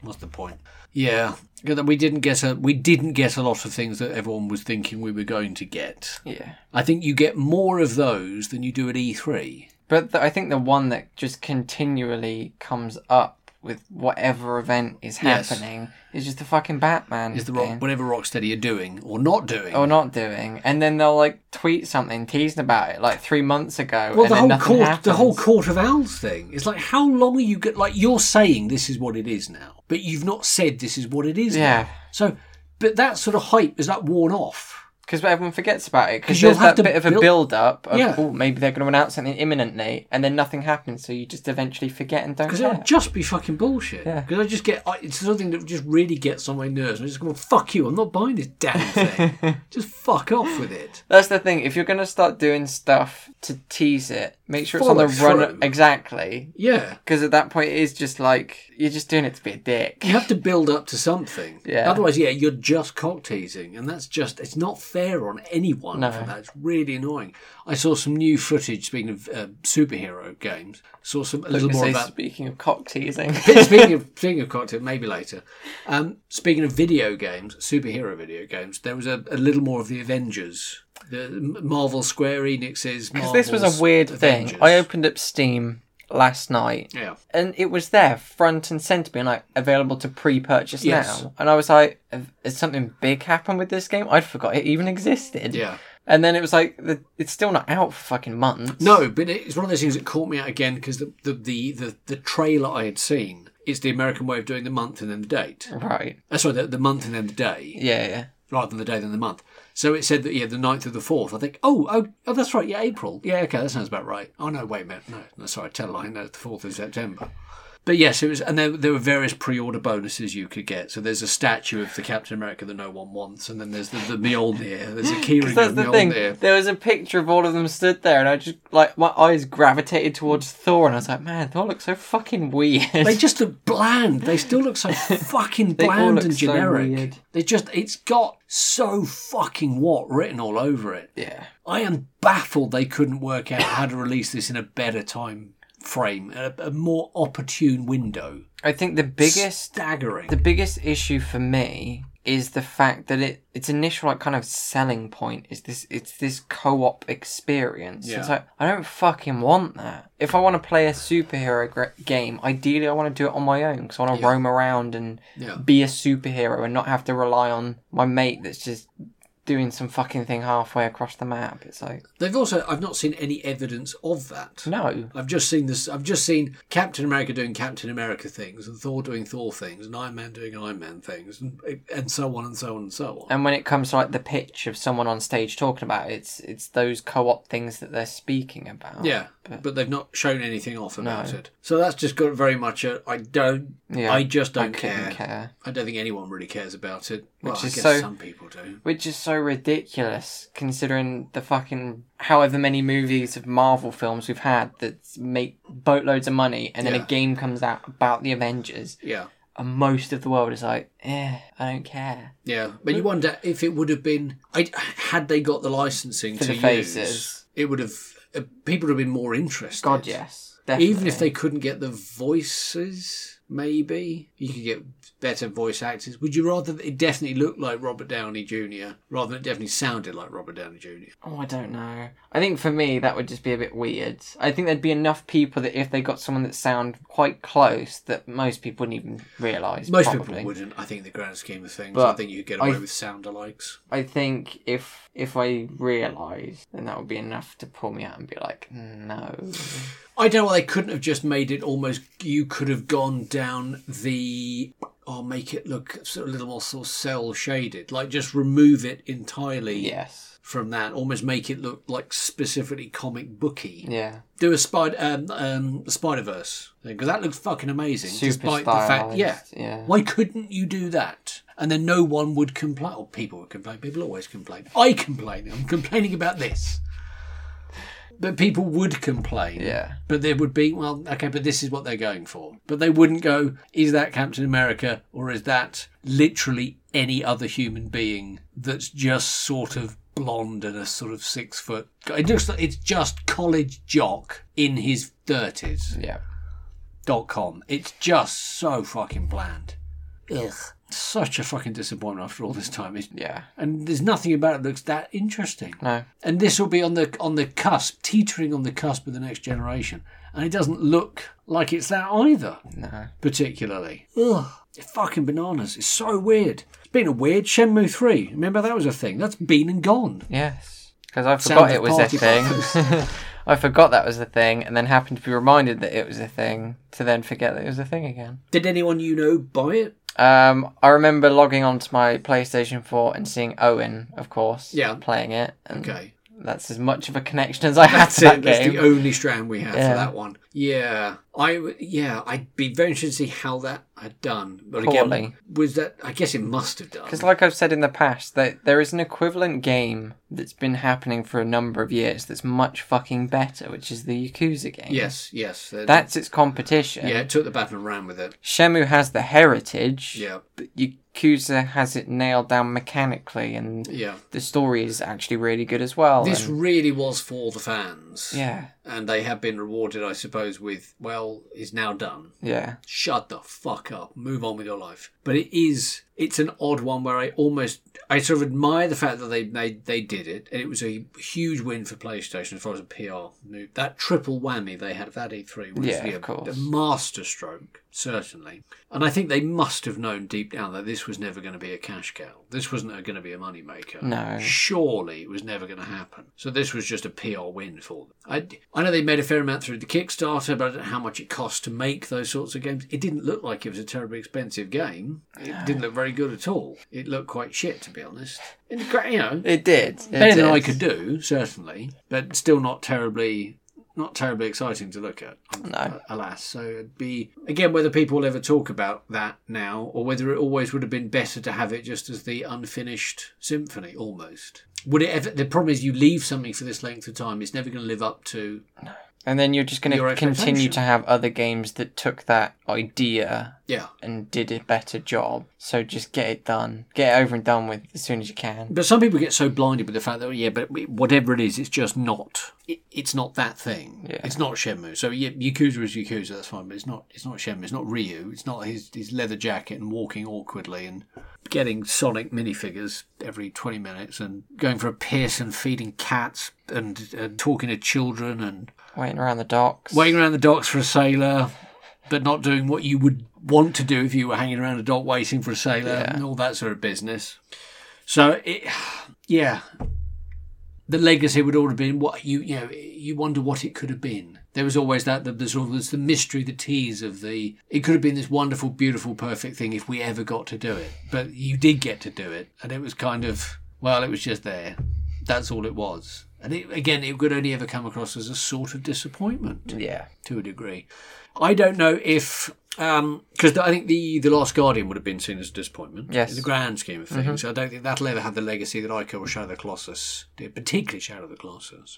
What's the point? Yeah. Good that We didn't get a we didn't get a lot of things that everyone was thinking we were going to get.
Yeah.
I think you get more of those than you do at E E3.
But the, I think the one that just continually comes up with whatever event is
Yes.
happening is just the fucking Batman.
Is the
thing.
rock, whatever Rocksteady are doing or not doing?
or not doing, and then they'll like tweet something teasing about it like three months ago.
Well,
and
the
then
whole
nothing
court,
happens.
the whole court of owls thing. It's like how long are you get? Like you're saying this is what it is now, but you've not said this is what it is. now.
yeah,
So, but that sort of hype is that worn off.
because everyone forgets about it
'Cause
because
you'll
there's
have
that
to
bit of a
build-
build-up of
Yeah.
oh maybe they're going to announce something imminently, and then nothing happens, so you just eventually forget and don't
Because
care.
it'll just be fucking bullshit.
Yeah.
Because I just get, I, it's something that just really gets on my nerves. I just go, fuck you, I'm not buying this damn
(laughs)
thing. just fuck off with it.
That's the thing. If you're going to start doing stuff to tease it, make sure it's on the
Follow
run
through.
exactly.
Yeah.
Because at that point, it is just like you're just doing it to be a dick.
You have to build up to something.
Yeah.
Otherwise, yeah, you're just cock teasing, and that's just it's not fair on anyone
No.
for that. It's really annoying. I saw some new footage. Speaking of uh, superhero games, saw some a little
(laughs) So,
more about. (laughs)
speaking of cock teasing,
speaking of speaking of cocktail, maybe later. Um, speaking of video games, superhero video games, there was a, a little more of the Avengers, the Marvel Square Enix's.
(laughs) because this was
Marvel's
a weird
Avengers.
thing. I opened up Steam last night
yeah.
and it was there front and center being like available to pre-purchase
Yes.
now and i was like "Have- has something big happened with this game i'd forgot it even existed
Yeah.
and then it was like the, it's still not out for fucking months
No, but it's one of those things that caught me out again because the, the, the, the, the trailer I had seen is the American way of doing the month and then the date.
right
Uh, sorry, the, the month and then the day,
yeah yeah
rather than the day than the month. So it said that, yeah, the 9th of the 4th. I think, oh, oh, oh that's right, yeah, April. Yeah, okay, that sounds about right. Oh, no, wait a minute. No, no sorry, tell a lie. No, it's the 4th of September. But yes, it was, and there, there were various pre-order bonuses you could get. So there's a statue of the Captain America that no one wants, and then there's the, the Mjolnir.
(laughs)
There's a Keyring
That's
of
the thing.
Mjolnir.
There was a picture of all of them stood there, and I just like my eyes gravitated towards Thor, and I was like, "Man, Thor looks so fucking weird."
They just look bland. They still look
(laughs)
so fucking
They all
bland
look
and
so
generic.
weird.
They just, it's got so fucking what written all over it.
(laughs) yeah,
I am baffled they couldn't work out how to release this in a better time frame, a, a more opportune window.
I think the biggest
Staggering.
the biggest issue for me is the fact that it its initial like kind of selling point is this it's this co-op experience.
Yeah.
It's like I don't fucking want that. If I want to play a superhero gr- game, ideally I want to do it on my own because I want to roam around and
Yeah.
be a superhero and not have to rely on my mate that's just doing some fucking thing halfway across the map. It's like
They've also, I've not seen any evidence of that.
no.
I've just seen this. I've just seen Captain America doing Captain America things, and Thor doing Thor things, and Iron Man doing Iron Man things, and, and so on and so on and so on.
And when it comes to like the pitch of someone on stage talking about it, it's it's those co-op things that they're speaking about.
yeah, but they've not shown anything off about
Oh, No.
it. So that's just got very much a I don't.
Yeah.
I just
I
don't care.
couldn't care.
I don't think anyone really cares about it. Well,
Which
I
is
guess
so-
some people do.
Which is so ridiculous, considering the fucking however many movies of Marvel films we've had that make boatloads of money, and then
Yeah.
a game comes out about the Avengers,
Yeah.
and most of the world is like, eh, I don't care.
Yeah, but you wonder if it would have been I, had they got the licensing
For
to
the
use,
faces.
it would have uh, people would have been more interested.
God, yes, definitely.
Even if they couldn't get the voices, maybe you could get better voice actors. Would you rather that it definitely looked like Robert Downey Jr. rather than it definitely sounded like Robert Downey Jr.?
Oh, I don't know. I think for me that would just be a bit weird. I think there'd be enough people that if they got someone that sound quite close, that most people wouldn't even realise.
Most
probably.
people wouldn't. I think in the grand scheme of things, I
But
think you could get away
I-
with sound alikes.
I think if if I realise, then that would be enough to pull me out and be like, no.
I don't know why they couldn't have just made it almost. You could have gone down the. Or make it look sort of a little more sort of cell shaded, like just remove it entirely
Yes.
from that. Almost make it look like specifically comic booky.
Yeah.
Do a spider um, um, Spider Verse because that looks fucking amazing.
Super
despite the fact, yeah.
stylized, yeah.
Why couldn't you do that? And then no one would complain. Or people would complain. People always complain. I complain. I'm complaining about this. But people would complain.
Yeah.
But there would be, well, okay, but this is what they're going for. But they wouldn't go, is that Captain America or is that literally any other human being that's just sort of blonde and a sort of six foot guy? It looks like it's just college jock in his 30s
Yeah.
dot com. It's just so fucking bland. Ugh. Such a fucking disappointment after all this time. It's,
Yeah.
and there's nothing about it that looks that interesting
No.
and this will be on the on the cusp, teetering on the cusp of the next generation. And it doesn't look like it's that either,
No.
particularly. Ugh, it's fucking bananas. It's so weird. It's been a weird Shenmue three. Remember that was a thing. That's been and gone.
Yes. Because I
Sound
forgot
of
it was a
party
thing. (laughs) I forgot that was a thing, and then happened to be reminded that it was a thing, to then forget that it was a thing again.
Did anyone you know buy it?
Um, I remember logging onto my PlayStation 4 and seeing Owen, of course,
Yeah.
playing it. And
Okay.
That's as much of a connection as I had
That's
to that
it. That's
game.
the only strand we have for
Yeah.
that one. Yeah, I w- yeah, I'd be very interested to see how that had done. But again,
Poorly.
was that? I guess it must have done.
Because, like I've said in the past, that there is an equivalent game that's been happening for a number of years that's much fucking better, which is the Yakuza game.
Yes, yes. Uh,
That's its competition.
yeah. It took the bat and ran with it.
Shemu has the heritage.
Yeah,
But Yakuza has it nailed down mechanically, and
yeah.
the story is actually really good as well.
This
and-
really was for the fans.
yeah,
And they have been rewarded, I suppose, with, well, it's now done.
yeah.
Shut the fuck up. Move on with your life. But it is, it's an odd one where I almost, I sort of admire the fact that they made, they did it. And it was a huge win for PlayStation as far as a PR move. That triple whammy they had at that E3 was
Yeah,
the,
of course.
the masterstroke, certainly. And I think they must have known deep down that this was never going to be a cash cow. This wasn't going to be a moneymaker
No.
surely it was never going to happen. So this was just a PR win for them. I, I know they made a fair amount through the Kickstarter, but I don't know how much it cost to make those sorts of games. It didn't look like it was a terribly expensive game. It didn't look very good at all. It looked quite shit, to be honest. And, you know,
It did.
better than I could do, certainly, but still not terribly not terribly exciting to look at, um,
No.
uh, alas. So it'd be, again, whether people will ever talk about that now or whether it always would have been better to have it just as the unfinished symphony almost. Would it ever, the problem is you leave something for this length of time, it's never going to live up to
And then you're just going
Your
to continue
expectation.
to have other games that took that idea
Yeah.
and did a better job. So just get it done. Get it over and done with as soon as you can.
But some people get so blinded with the fact that yeah, but it- whatever it is, it's just not. It, it's not that thing.
Yeah.
It's not Shenmue. So yeah, Yakuza is Yakuza. That's fine. But it's not. It's not Shenmue. It's not Ryu. It's not his his leather jacket and walking awkwardly and getting Sonic minifigures every twenty minutes and going for a piss and feeding cats and, and talking to children and
Waiting around the docks.
waiting around the docks for a sailor, but not doing what you would want to do if you were hanging around a dock waiting for a sailor
Yeah.
and all that sort of business. So it, yeah, the legacy would all have been what you you know you wonder what it could have been. There was always that the, the sort of there's the mystery, the tease of the it could have been this wonderful, beautiful, perfect thing if we ever got to do it. But you did get to do it, and it was kind of well, it was just there. That's all it was. And it, again, it could only ever come across as a sort of disappointment
Yeah.
to a degree. I don't know if because I think the the Last Guardian would have been seen as a disappointment.
Yes.
in the grand scheme of things, I don't think that'll ever have the legacy that Ico or Shadow of the Colossus did, particularly Shadow of the Colossus.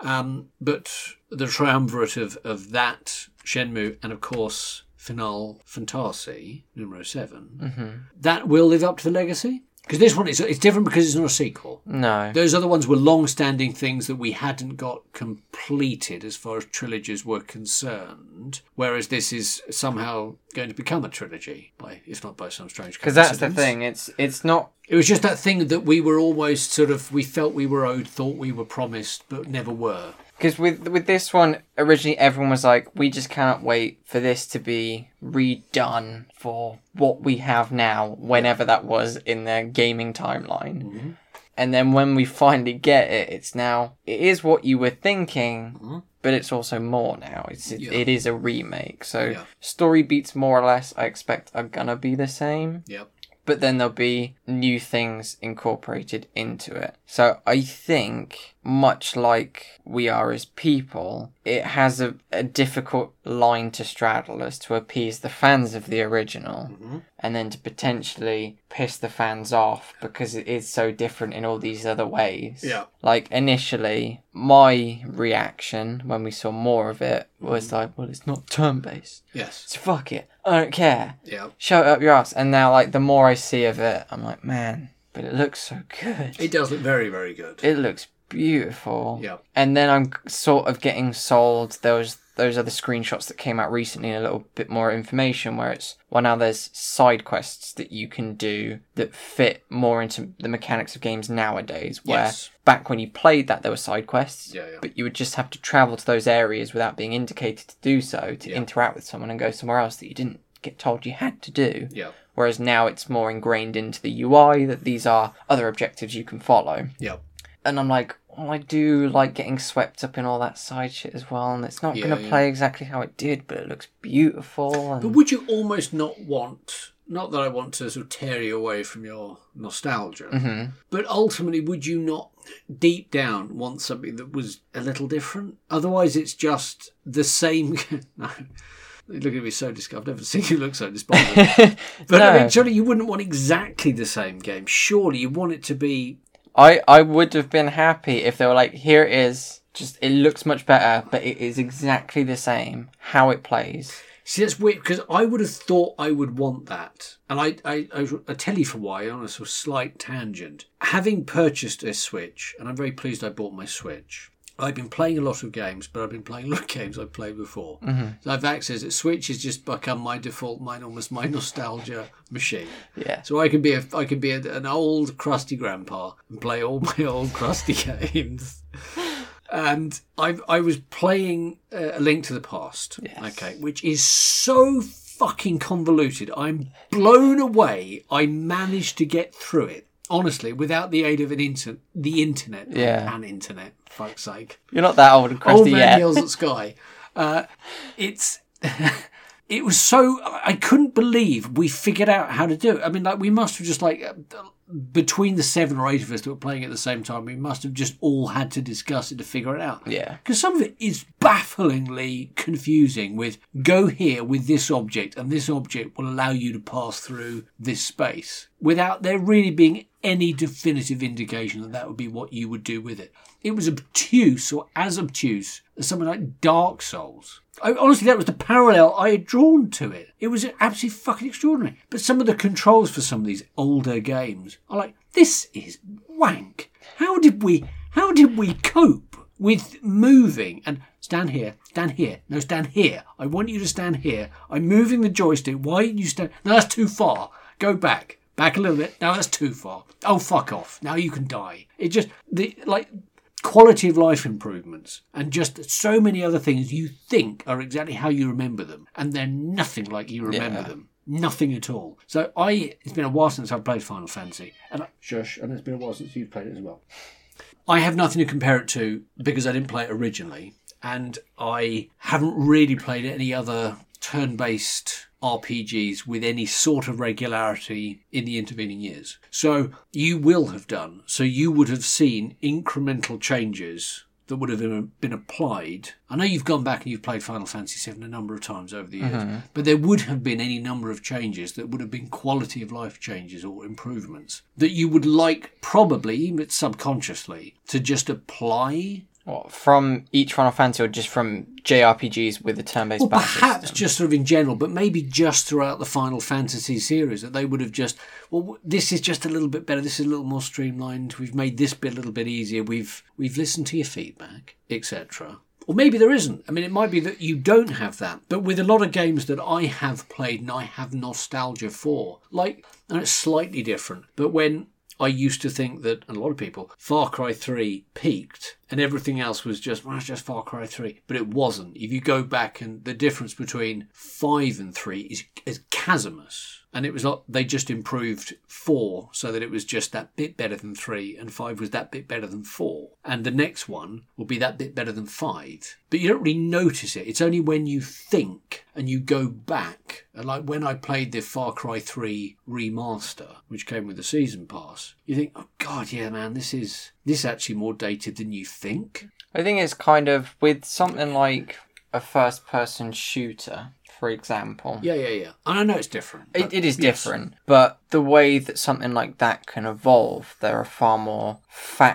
Um, but the triumvirate of of that Shenmue and of course Final Fantasy Numero 7 that will live up to the legacy. Because this one is it's different because it's not a sequel.
No.
Those other ones were long-standing things that we hadn't got completed as far as trilogies were concerned, whereas this is somehow going to become a trilogy, by if not by some strange
Because that's the
coincidence.
thing. It's it's not.
It was just that thing that we were always sort of we felt we were owed, thought we were promised, but never were.
Because with with this one originally, everyone was like, "We just cannot wait for this to be redone for what we have now, whenever that was in their gaming timeline."
Mm-hmm.
And then when we finally get it, it's now it is what you were thinking, but it's also more now. It's it,
Mm-hmm. Yeah.
it is a remake, so
Yeah.
story beats more or less I expect are gonna be the same
Yep.
but then there'll be new things incorporated into it. So I think, much like we are as people, it has a, a difficult line to straddle as to appease the fans of the original and then to potentially piss the fans off because it is so different in all these other ways.
Yeah.
Like initially, my reaction when we saw more of it was like, well, it's not turn based.
Yes.
So fuck it. I don't care
Yep.
show it up your ass. And now, like, the more I see of it, I'm like, man, but it looks so good.
It
It,
does look very, very good.
looks beautiful.
Yep.
And then I'm sort of getting sold those those other screenshots that came out recently and a little bit more information where it's well now there's side quests that you can do that fit more into the mechanics of games nowadays where
Yes.
back when you played that there were side quests
Yeah, yeah.
but you would just have to travel to those areas without being indicated to do so to interact with someone and go somewhere else that you didn't get told you had to do
Yep.
Whereas now it's more ingrained into the UI that these are other objectives you can follow.
Yep.
And I'm like, well, I do like getting swept up in all that side shit as well, and it's not
Yeah,
going to
yeah.
play exactly how it did, but it looks beautiful. And
But
(laughs)
would you almost not want? Not that I want to sort of tear you away from your nostalgia,
Mhm.
but ultimately, would you not, deep down, want something that was a little different? Otherwise, it's just the same. (laughs) no, you look at me so disgusted. I've never (laughs) seen you look so despondent. But I
No.
mean, surely you wouldn't want exactly the same game. Surely you want it to be.
I, I would have been happy if they were like, here it is, just it looks much better, but it is exactly the same how it plays.
See, that's weird because I would have thought I would want that, and I, I, I, I tell you for why on a sort of slight tangent. Having purchased a Switch, and I'm very pleased I bought my Switch. I've been playing a lot of games, but I've been playing a lot of (laughs) games I've played before. So I've accessed it. Switch has just become my default, mine almost my nostalgia machine.
Yeah.
So I can be a, I can be an old crusty grandpa and play all (laughs) my old crusty games. And I I was playing uh, A Link to the Past, okay, which is so fucking convoluted. I'm blown away. I managed to get through it honestly without the aid of an internet, the internet,
Yeah.
an internet, fuck's sake
You're not that old and
old
crusty
man
yet.
yells at sky. Uh, it's (laughs) it was so I couldn't believe we figured out how to do it. I mean, like we must have just like uh, between the seven or eight of us that were playing at the same time, we must have just all had to discuss it to figure it out.
Yeah.
Because some of it is bafflingly confusing with go here with this object, and this object will allow you to pass through this space without there really being any definitive indication that that would be what you would do with it. It was obtuse, or as obtuse as something like Dark Souls. I, honestly, that was the parallel I had drawn to it. It was absolutely fucking extraordinary. But some of the controls for some of these older games are like, this is wank. How did we? How did we cope with moving and stand here, stand here, no, stand here. I want you to stand here. I'm moving the joystick. Why are you stand? No, that's too far. Go back, back a little bit. No, that's too far. Oh, fuck off. Now you can die. It just the like quality of life improvements and just so many other things you think are exactly how you remember them and they're nothing like you remember them nothing at all so i it's been a while since i've played final fantasy and I, shush and it's been a while since you've played it as well I have nothing to compare it to because I didn't play it originally, and I haven't really played any other turn based RPGs with any sort of regularity in the intervening years. So you will have done. So you would have seen incremental changes that would have been been applied. I know you've gone back and you've played Final Fantasy VII a number of times over the years, but there would have been any number of changes that would have been quality of life changes or improvements that you would like, probably even subconsciously, to just apply.
What, from each Final Fantasy or just from JRPGs with the turn-based
Or
battle
perhaps
system?
just sort of in general, but maybe just throughout the Final Fantasy series, that they would have just, well, w- this is just a little bit better. This is a little more streamlined. We've made this bit a little bit easier. We've we've listened to your feedback, etc. Or maybe there isn't. I mean, it might be that you don't have that. But with a lot of games that I have played and I have nostalgia for, like, and it's slightly different, but when I used to think that, and a lot of people, Far Cry 3 peaked and everything else was just, well, it's just Far Cry 3. But it wasn't. If you go back and the difference between 5 and 3 is, is chasmous. And it was like they just improved 4 so that it was just that bit better than 3, and 5 was that bit better than 4. And the next one will be that bit better than 5. But you don't really notice it. It's only when you think and you go back. And like when I played the Far Cry 3 remaster, which came with the season pass, you think, oh god, yeah, man, this is this is actually more dated than you think.
I think it's kind of with something like a first-person shooter, for example.
Yeah, yeah, yeah. And I know it's different.
It, it is different, but the way that something like that can evolve, there are far more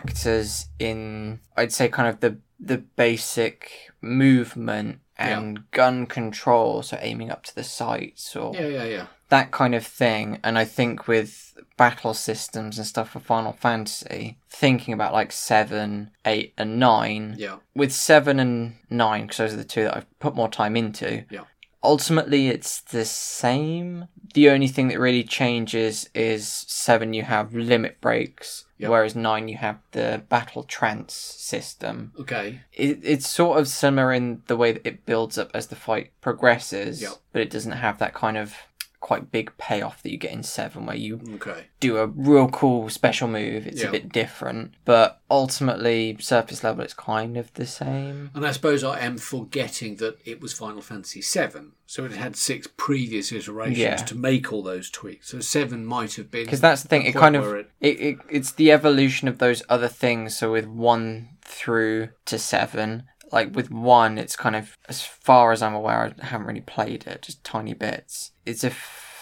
factors in, I'd say, kind of the the basic movement and gun control, so aiming up to the sights or
Yeah, yeah, yeah.
that kind of thing. And I think with battle systems and stuff for Final Fantasy, thinking about like seven, eight, and nine,
Yeah.
with seven and nine, because those are the two that I've put more time into.
Yeah.
Ultimately, it's the same. The only thing that really changes is seven, you have limit breaks,
Yeah.
whereas nine, you have the battle trance system.
Okay.
It, it's sort of similar in the way that it builds up as the fight progresses,
Yeah.
but it doesn't have that kind of quite big payoff that you get in seven, where you
Okay.
do a real cool special move. It's
Yeah.
a bit different, but ultimately, surface level, it's kind of the same.
And I suppose I am forgetting that it was Final Fantasy VII, so it had six previous iterations
Yeah.
to make all those tweaks. So seven might have been
Because that's the thing.
the
It
point
kind of
where
it,
it-
it it's the evolution of those other things. So with one through to seven, like with one, it's kind of as far as I'm aware, I haven't really played it. Just tiny bits. It's a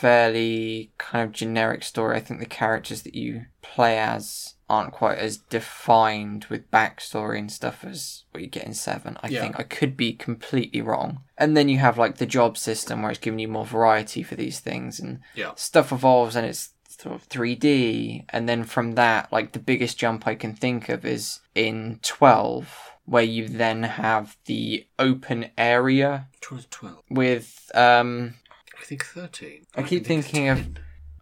fairly kind of generic story. I think the characters that you play as aren't quite as defined with backstory and stuff as what you get in seven. I
Yeah.
think I could be completely wrong. And then you have like the job system where it's giving you more variety for these things and
yeah.
stuff evolves and it's sort of 3D. And then from that, like the biggest jump I can think of is in 12, where you then have the open area
Twelve.
with, um,
I think thirteen.
I keep
think
thinking of-
10.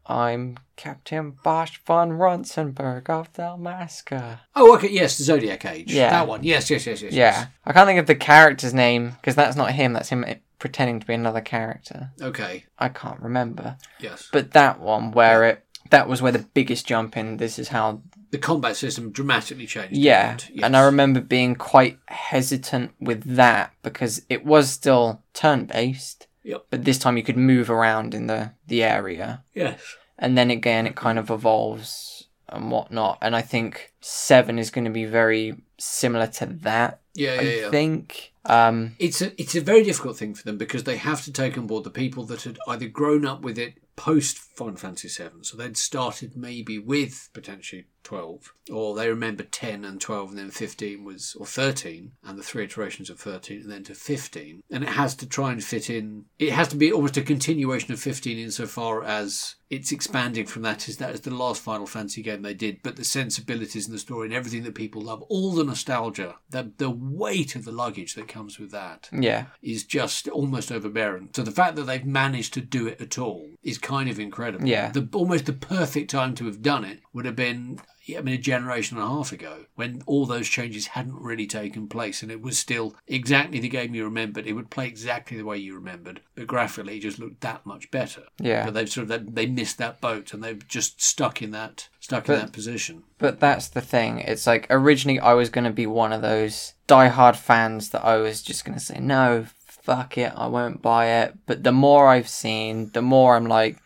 I'm Captain Bosch von Ronsenberg of Dalmasca.
Oh, okay. Yes, the Zodiac Age.
Yeah.
that one. Yes, yes, yes, yes.
Yeah. I can't think of the character's name because that's not him, that's him pretending to be another character.
yes. Okay.
I can't remember.
Yes.
But that one where it, that was where the biggest jump in, this is how
the combat system dramatically changed.
Yeah,
didn't it?
and I remember being quite hesitant with that because it was still turn based,
Yep.
But this time you could move around in the, the area.
Yes.
And then again, it kind of evolves and whatnot. And I think seven is going to be very similar to that.
Yeah,
I
yeah, yeah.
think. Um,
It's a it's a very difficult thing for them because they have to take on board the people that had either grown up with it post Final Fantasy VII, so they'd started maybe with potentially twelve, or they remember ten and twelve, and then fifteen was or thirteen, and the three iterations of thirteen, and then to fifteen, and it has to try and fit in. It has to be almost a continuation of fifteen insofar as it's expanding from that is that is the last Final Fantasy game they did, but the sensibilities and the story and everything that people love, all the nostalgia, the the weight of the luggage that comes with that
yeah.
is just almost overbearing. So the fact that they've managed to do it at all is kind of incredible.
Yeah.
The almost the perfect time to have done it would have been I mean a generation and a half ago when all those changes hadn't really taken place and it was still exactly the game you remembered. It would play exactly the way you remembered, but graphically it just looked that much better.
Yeah.
But they've sort of they, they missed that boat and they've just stuck in that stuck in
But-
that position.
But that's the thing. It's like originally I was going to be one of those diehard fans that I was just going to say, no, fuck it, I won't buy it. But the more I've seen, the more I'm like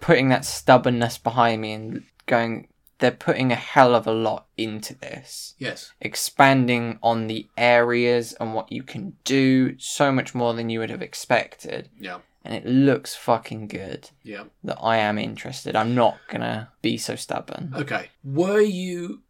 putting that stubbornness behind me and going, they're putting a hell of a lot into this.
Yes.
Expanding on the areas and what you can do so much more than you would have expected.
Yeah.
And it looks fucking good
Yeah.
that I am interested. I'm not going to be so stubborn.
Okay. Were you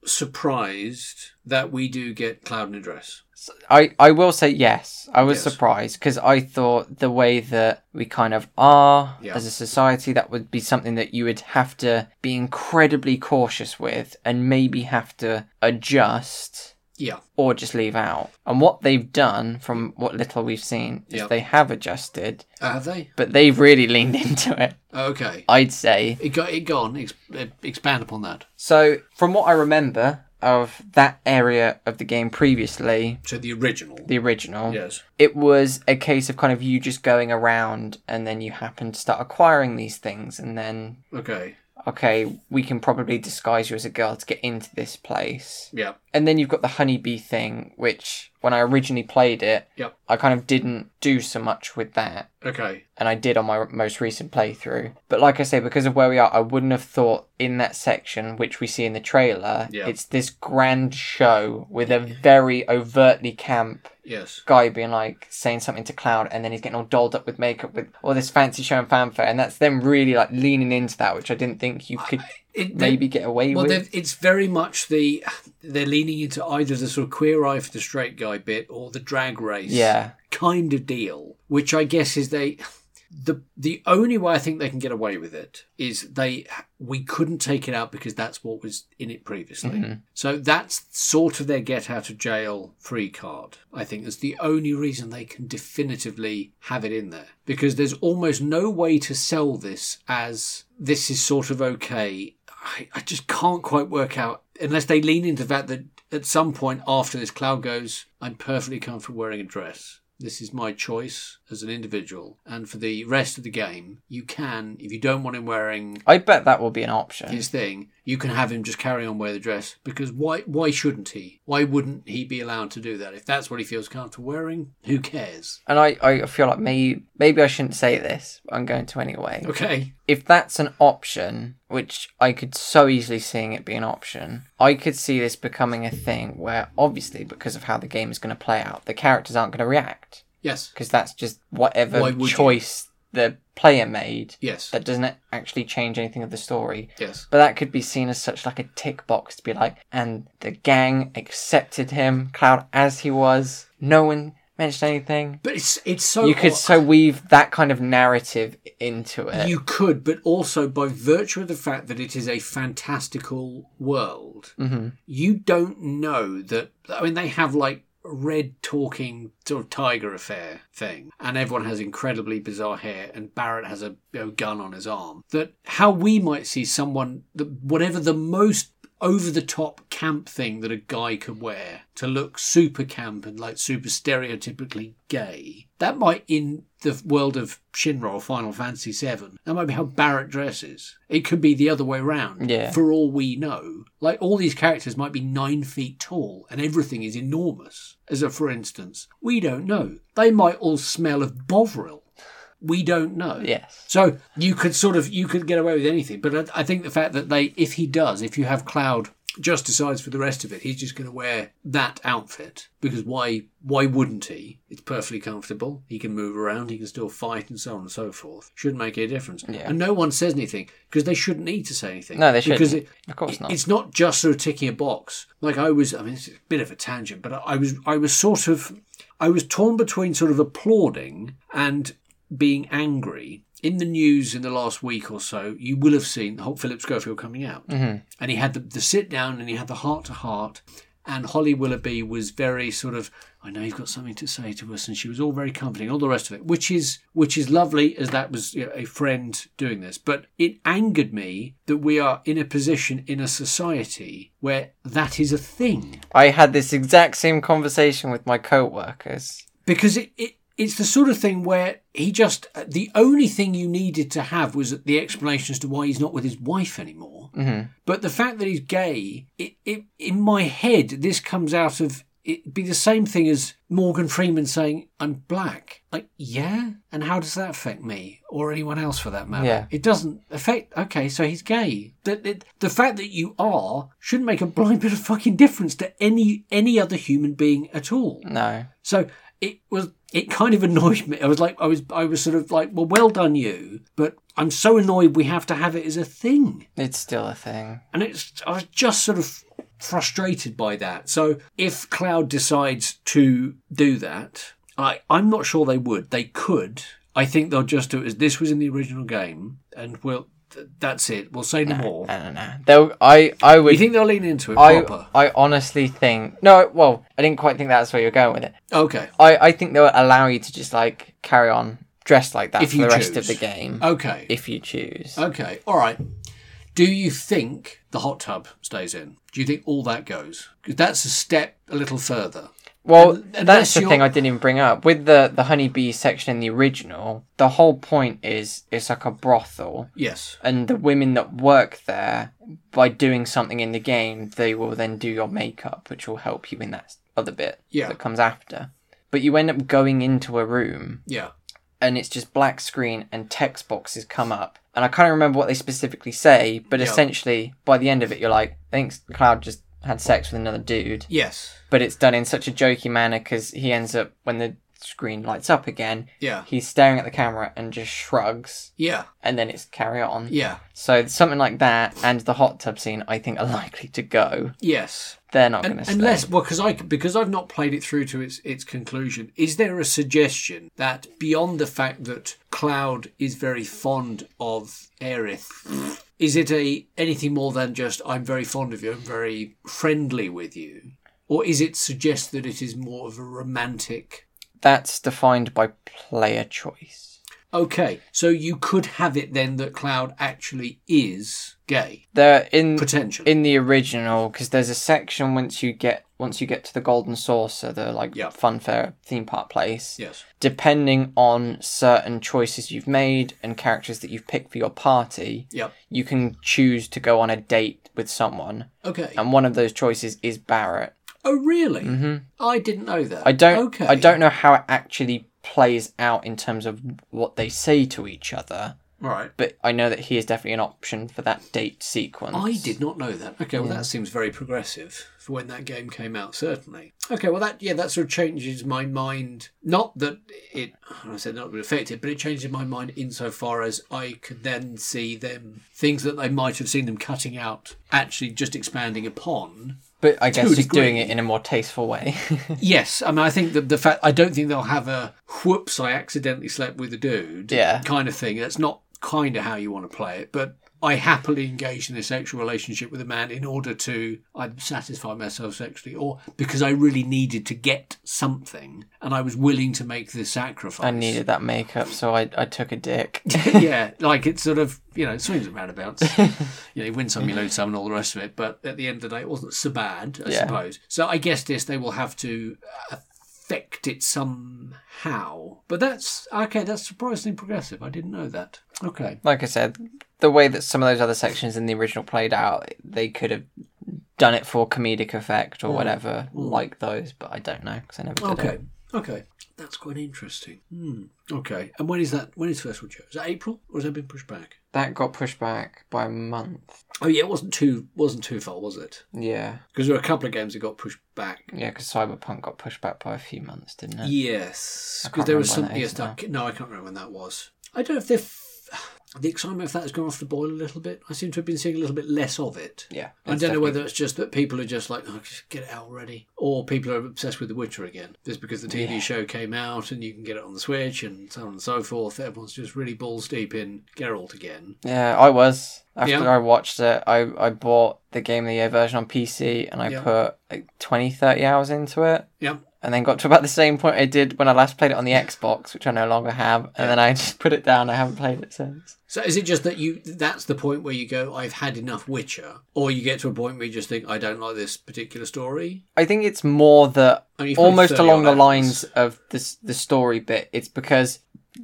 surprised that we do get Cloud and Address?
So I, I will say yes. I was
Yes.
surprised because I thought the way that we kind of are
Yeah.
as a society, that would be something that you would have to be incredibly cautious with and maybe have to adjust
Yeah.
or just leave out. And what they've done from what little we've seen is
Yeah.
they have adjusted,
Uh, have they?
but they've really leaned (laughs) into it,
Okay.
I'd say.
It got it gone. Ex- uh, expand upon that.
So, from what I remember of that area of the game previously,
So the original.
the original.
yes.
it was a case of kind of you just going around and then you happen to start acquiring these things and then
Okay.
okay we can probably disguise you as a girl to get into this place
Yeah.
and then you've got the honeybee thing which when i originally played it
Yep.
i kind of didn't do so much with that
Okay.
and i did on my most recent playthrough but like i say because of where we are i wouldn't have thought in that section which we see in the trailer
Yeah.
it's this grand show with a very overtly camp
Yes.
guy being like saying something to Cloud, and then he's getting all dolled up with makeup with all this fancy show and fanfare, and that's them really like leaning into that, which I didn't think you could
It, they-
maybe get away
Well,
with.
they've- it's very much the they're leaning into either the sort of queer eye for the straight guy bit or the drag race.
Yeah,
kind of deal, which I guess is they the the only way I think they can get away with it is they we couldn't take it out because that's what was in it previously. So that's sort of their get out of jail free card. I think that's the only reason they can definitively have it in there because there's almost no way to sell this as this is sort of okay. I, I just can't quite work out unless they lean into that that at some point after this cloud goes, I'm perfectly comfortable wearing a dress. This is my choice as an individual. And for the rest of the game, you can, if you don't want him wearing
I bet that will be an option.
his thing, you can have him just carry on wear the dress. Because why why shouldn't he? Why wouldn't he be allowed to do that? If that's what he feels comfortable wearing, who cares?
and I, I feel like maybe maybe I shouldn't say this. But I'm going to anyway.
Okay.
If that's an option, which I could so easily seeing it be an option, I could see this becoming a thing where obviously because of how the game is going to play out, the characters aren't going to react.
Yes.
because that's just
Why
whatever
would you?
choice the player made
Yes.
that doesn't actually change anything of the story
Yes.
but that could be seen as such like a tick box to be like and the gang accepted him cloud as he was no one mentioned anything
But it's it's so
you could
odd.
so weave that kind of narrative into it
You could, but also by virtue of the fact that it is a fantastical world,
Mm-hmm.
you don't know that. I mean, they have like a red talking sort of tiger affair thing, and everyone has incredibly bizarre hair, and Barrett has a you know, gun on his arm. That how we might see someone that whatever the most over the top camp thing that a guy could wear to look super camp and like super stereotypically gay. That might, in the world of Shinra or Final Fantasy VII, that might be how Barrett dresses. It could be the other way round.
Yeah.
For all we know, like all these characters might be nine feet tall and everything is enormous. As a for instance, we don't know. They might all smell of Bovril. we don't know.
Yes.
So you could sort of you could get away with anything, but I, I think the fact that they, if he does, if you have Cloud just decides for the rest of it, he's just going to wear that outfit because why? Why wouldn't he? It's perfectly comfortable. He can move around. He can still fight and so on and so forth. Shouldn't make any difference.
Yeah.
And no one says anything because they shouldn't need to say anything.
No, they shouldn't.
Because it,
Of course not.
it's not just sort of ticking a box. Like I was, I mean, it's a bit of a tangent, but I, I was, I was sort of, I was torn between sort of applauding and being angry. In the news in the last week or so, you will have seen the whole Philip Schofield coming out, mm-hmm. and he had the, the sit down and he had the heart to heart. And Holly Willoughby was very sort of, I know you've got something to say to us, and she was all very comforting, all the rest of it, which is which is lovely, as that was you know, a friend doing this. But it angered me that we are in a position in a society where that is a thing,
I had this exact same conversation with my co-workers.
because it. it it's the sort of thing where he just, the only thing you needed to have was the explanation as to why he's not with his wife anymore.
Mm-hmm.
But the fact that he's gay, it, it, in my head, this comes out of it'd be the same thing as Morgan Freeman saying, I'm black. Like, yeah? And how does that affect me or anyone else for that matter?
Yeah.
It doesn't affect. Okay, so he's gay. The, the, the fact that you are shouldn't make a blind bit of fucking difference to any any other human being at all.
No.
So it was it kind of annoyed me. I was like I was I was sort of like, well, well done you, but I'm so annoyed we have to have it as a thing
It's still a thing.
and it's I was just sort of frustrated by that. So if Cloud decides to do that, I I'm not sure they would. They could. I think they'll just do it as this was in the original game, and we'll th- that's it. We'll say no, more.
I don't know. They'll, I, I would.
You think they'll lean into it
I,
proper?
I honestly think no. Well, I didn't quite think that's where you're going with it.
Okay,
I, I think they'll allow you to just like carry on dressed like that
If
for
you
the rest
choose. Uh,
of the game
okay,
if you choose.
okay. All right. Do you think the hot tub stays in? Do you think all that goes? 'Cause that's a step a little further.
well,
unless
that's the
you're-
thing I didn't even bring up with the the honeybee section in the original. The whole point is it's like a brothel,
Yes.
and the women that work there by doing something in the game, they will then do your makeup, which will help you in that other bit
Yeah.
that comes after. But you end up going into a room
Yeah.
and it's just black screen and text boxes come up. And I can't remember what they specifically say, but essentially by the end of it, you're like, I think Cloud just had sex with another dude.
Yes.
But it's done in such a jokey manner because he ends up, when the screen lights up again,
Yeah.
he's staring at the camera and just shrugs,
Yeah.
and then it's carry on.
Yeah.
So something like that and the hot tub scene, I think, are (laughs) likely to go.
Yes.
They're not
Un-
going to stay.
unless well because i because i've not played it through to its its conclusion is there a suggestion that beyond the fact that cloud is very fond of aerith is it a anything more than just i'm very fond of you i'm very friendly with you or is it suggest that it is more of a romantic
That's defined by player choice.
okay so you could have it then that cloud actually is gay
They're in
potentially
in the original because there's a section once you get once you get to the golden saucer the like
Yeah.
funfair theme park place
yes
depending on certain choices you've made and characters that you've picked for your party
yep
you can choose to go on a date with someone
okay
and one of those choices is barrett
oh really i didn't know that
Mm-hmm. i don't
okay
i don't know how it actually plays out in terms of what they say to each other
right
but i know that he is definitely an option for that date sequence
I did not know that. Okay, well that seems very progressive for when that game came out, certainly. Okay, well that yeah, that sort of changes my mind. Not that it I said not really affected, but it changes my mind insofar as I could then see them things that they might have seen them cutting out actually just expanding upon.
but i guess
a
just doing
degree.
it in a more tasteful way (laughs)
Yes, I mean I think that the fact I don't think they'll have a whoops, I accidentally slept with a dude
Yeah.
kind of thing. That's not kind of how you want to play it, but I happily engaged in a sexual relationship with a man in order to either satisfy myself sexually or because I really needed to get something and I was willing to make the sacrifice.
I needed that makeup, so I, I took a dick. (laughs)
(laughs) yeah, like it's sort of you know, it swings and roundabouts. you know, you win some, you lose some, and all the rest of it. But at the end of the day, it wasn't so bad, I
Yeah.
suppose. So I guess this they will have to uh, affect it somehow. But that's okay. That's surprisingly progressive. I didn't know that. Okay.
like I said, the way that some of those other sections in the original played out, they could have done
Mm.
it for comedic effect or whatever, like those, but I don't know because I never did it.
Okay. Okay. That's quite interesting. Hmm. Okay. And when is that? When is Festival Joe? Is that April or has that been pushed back?
That got pushed back by a month.
Oh yeah, it wasn't too wasn't too far, was it?
Yeah.
Because there were a couple of games that got pushed back.
Yeah, because Cyberpunk got pushed back by a few months, didn't it?
Yes,
I
because
can't
there was
remember
something.
when
Yes,
that
that, no, I can't remember when that was. I don't know if they've, the excitement of that has gone off the boil a little bit. I seem to have been seeing a little bit less of it.
Yeah.
I don't
it's
know whether it's just that people are just like, oh, just get it out already, or people are obsessed with The Witcher again, just because the TV
Yeah.
show came out and you can get it on the Switch and so on and so forth. Everyone's just really balls deep in Geralt again.
Yeah, I was. After
Yeah.
I watched it, I, I bought the Game of the Year version on PC and I
Yeah.
put like 20, 30 hours into it.
Yeah.
And then got to about the same point I did when I last played it on the Xbox, which I no longer have. And then I (laughs) just put it down. I haven't played it since.
So is it just that you that's the point where you go, I've had enough Witcher, or you get to a point where you just think, I don't like this particular story?
I think it's more that
I mean, you've probably
almost
30
along the
odd
lines
hours.
of this the story bit. It's because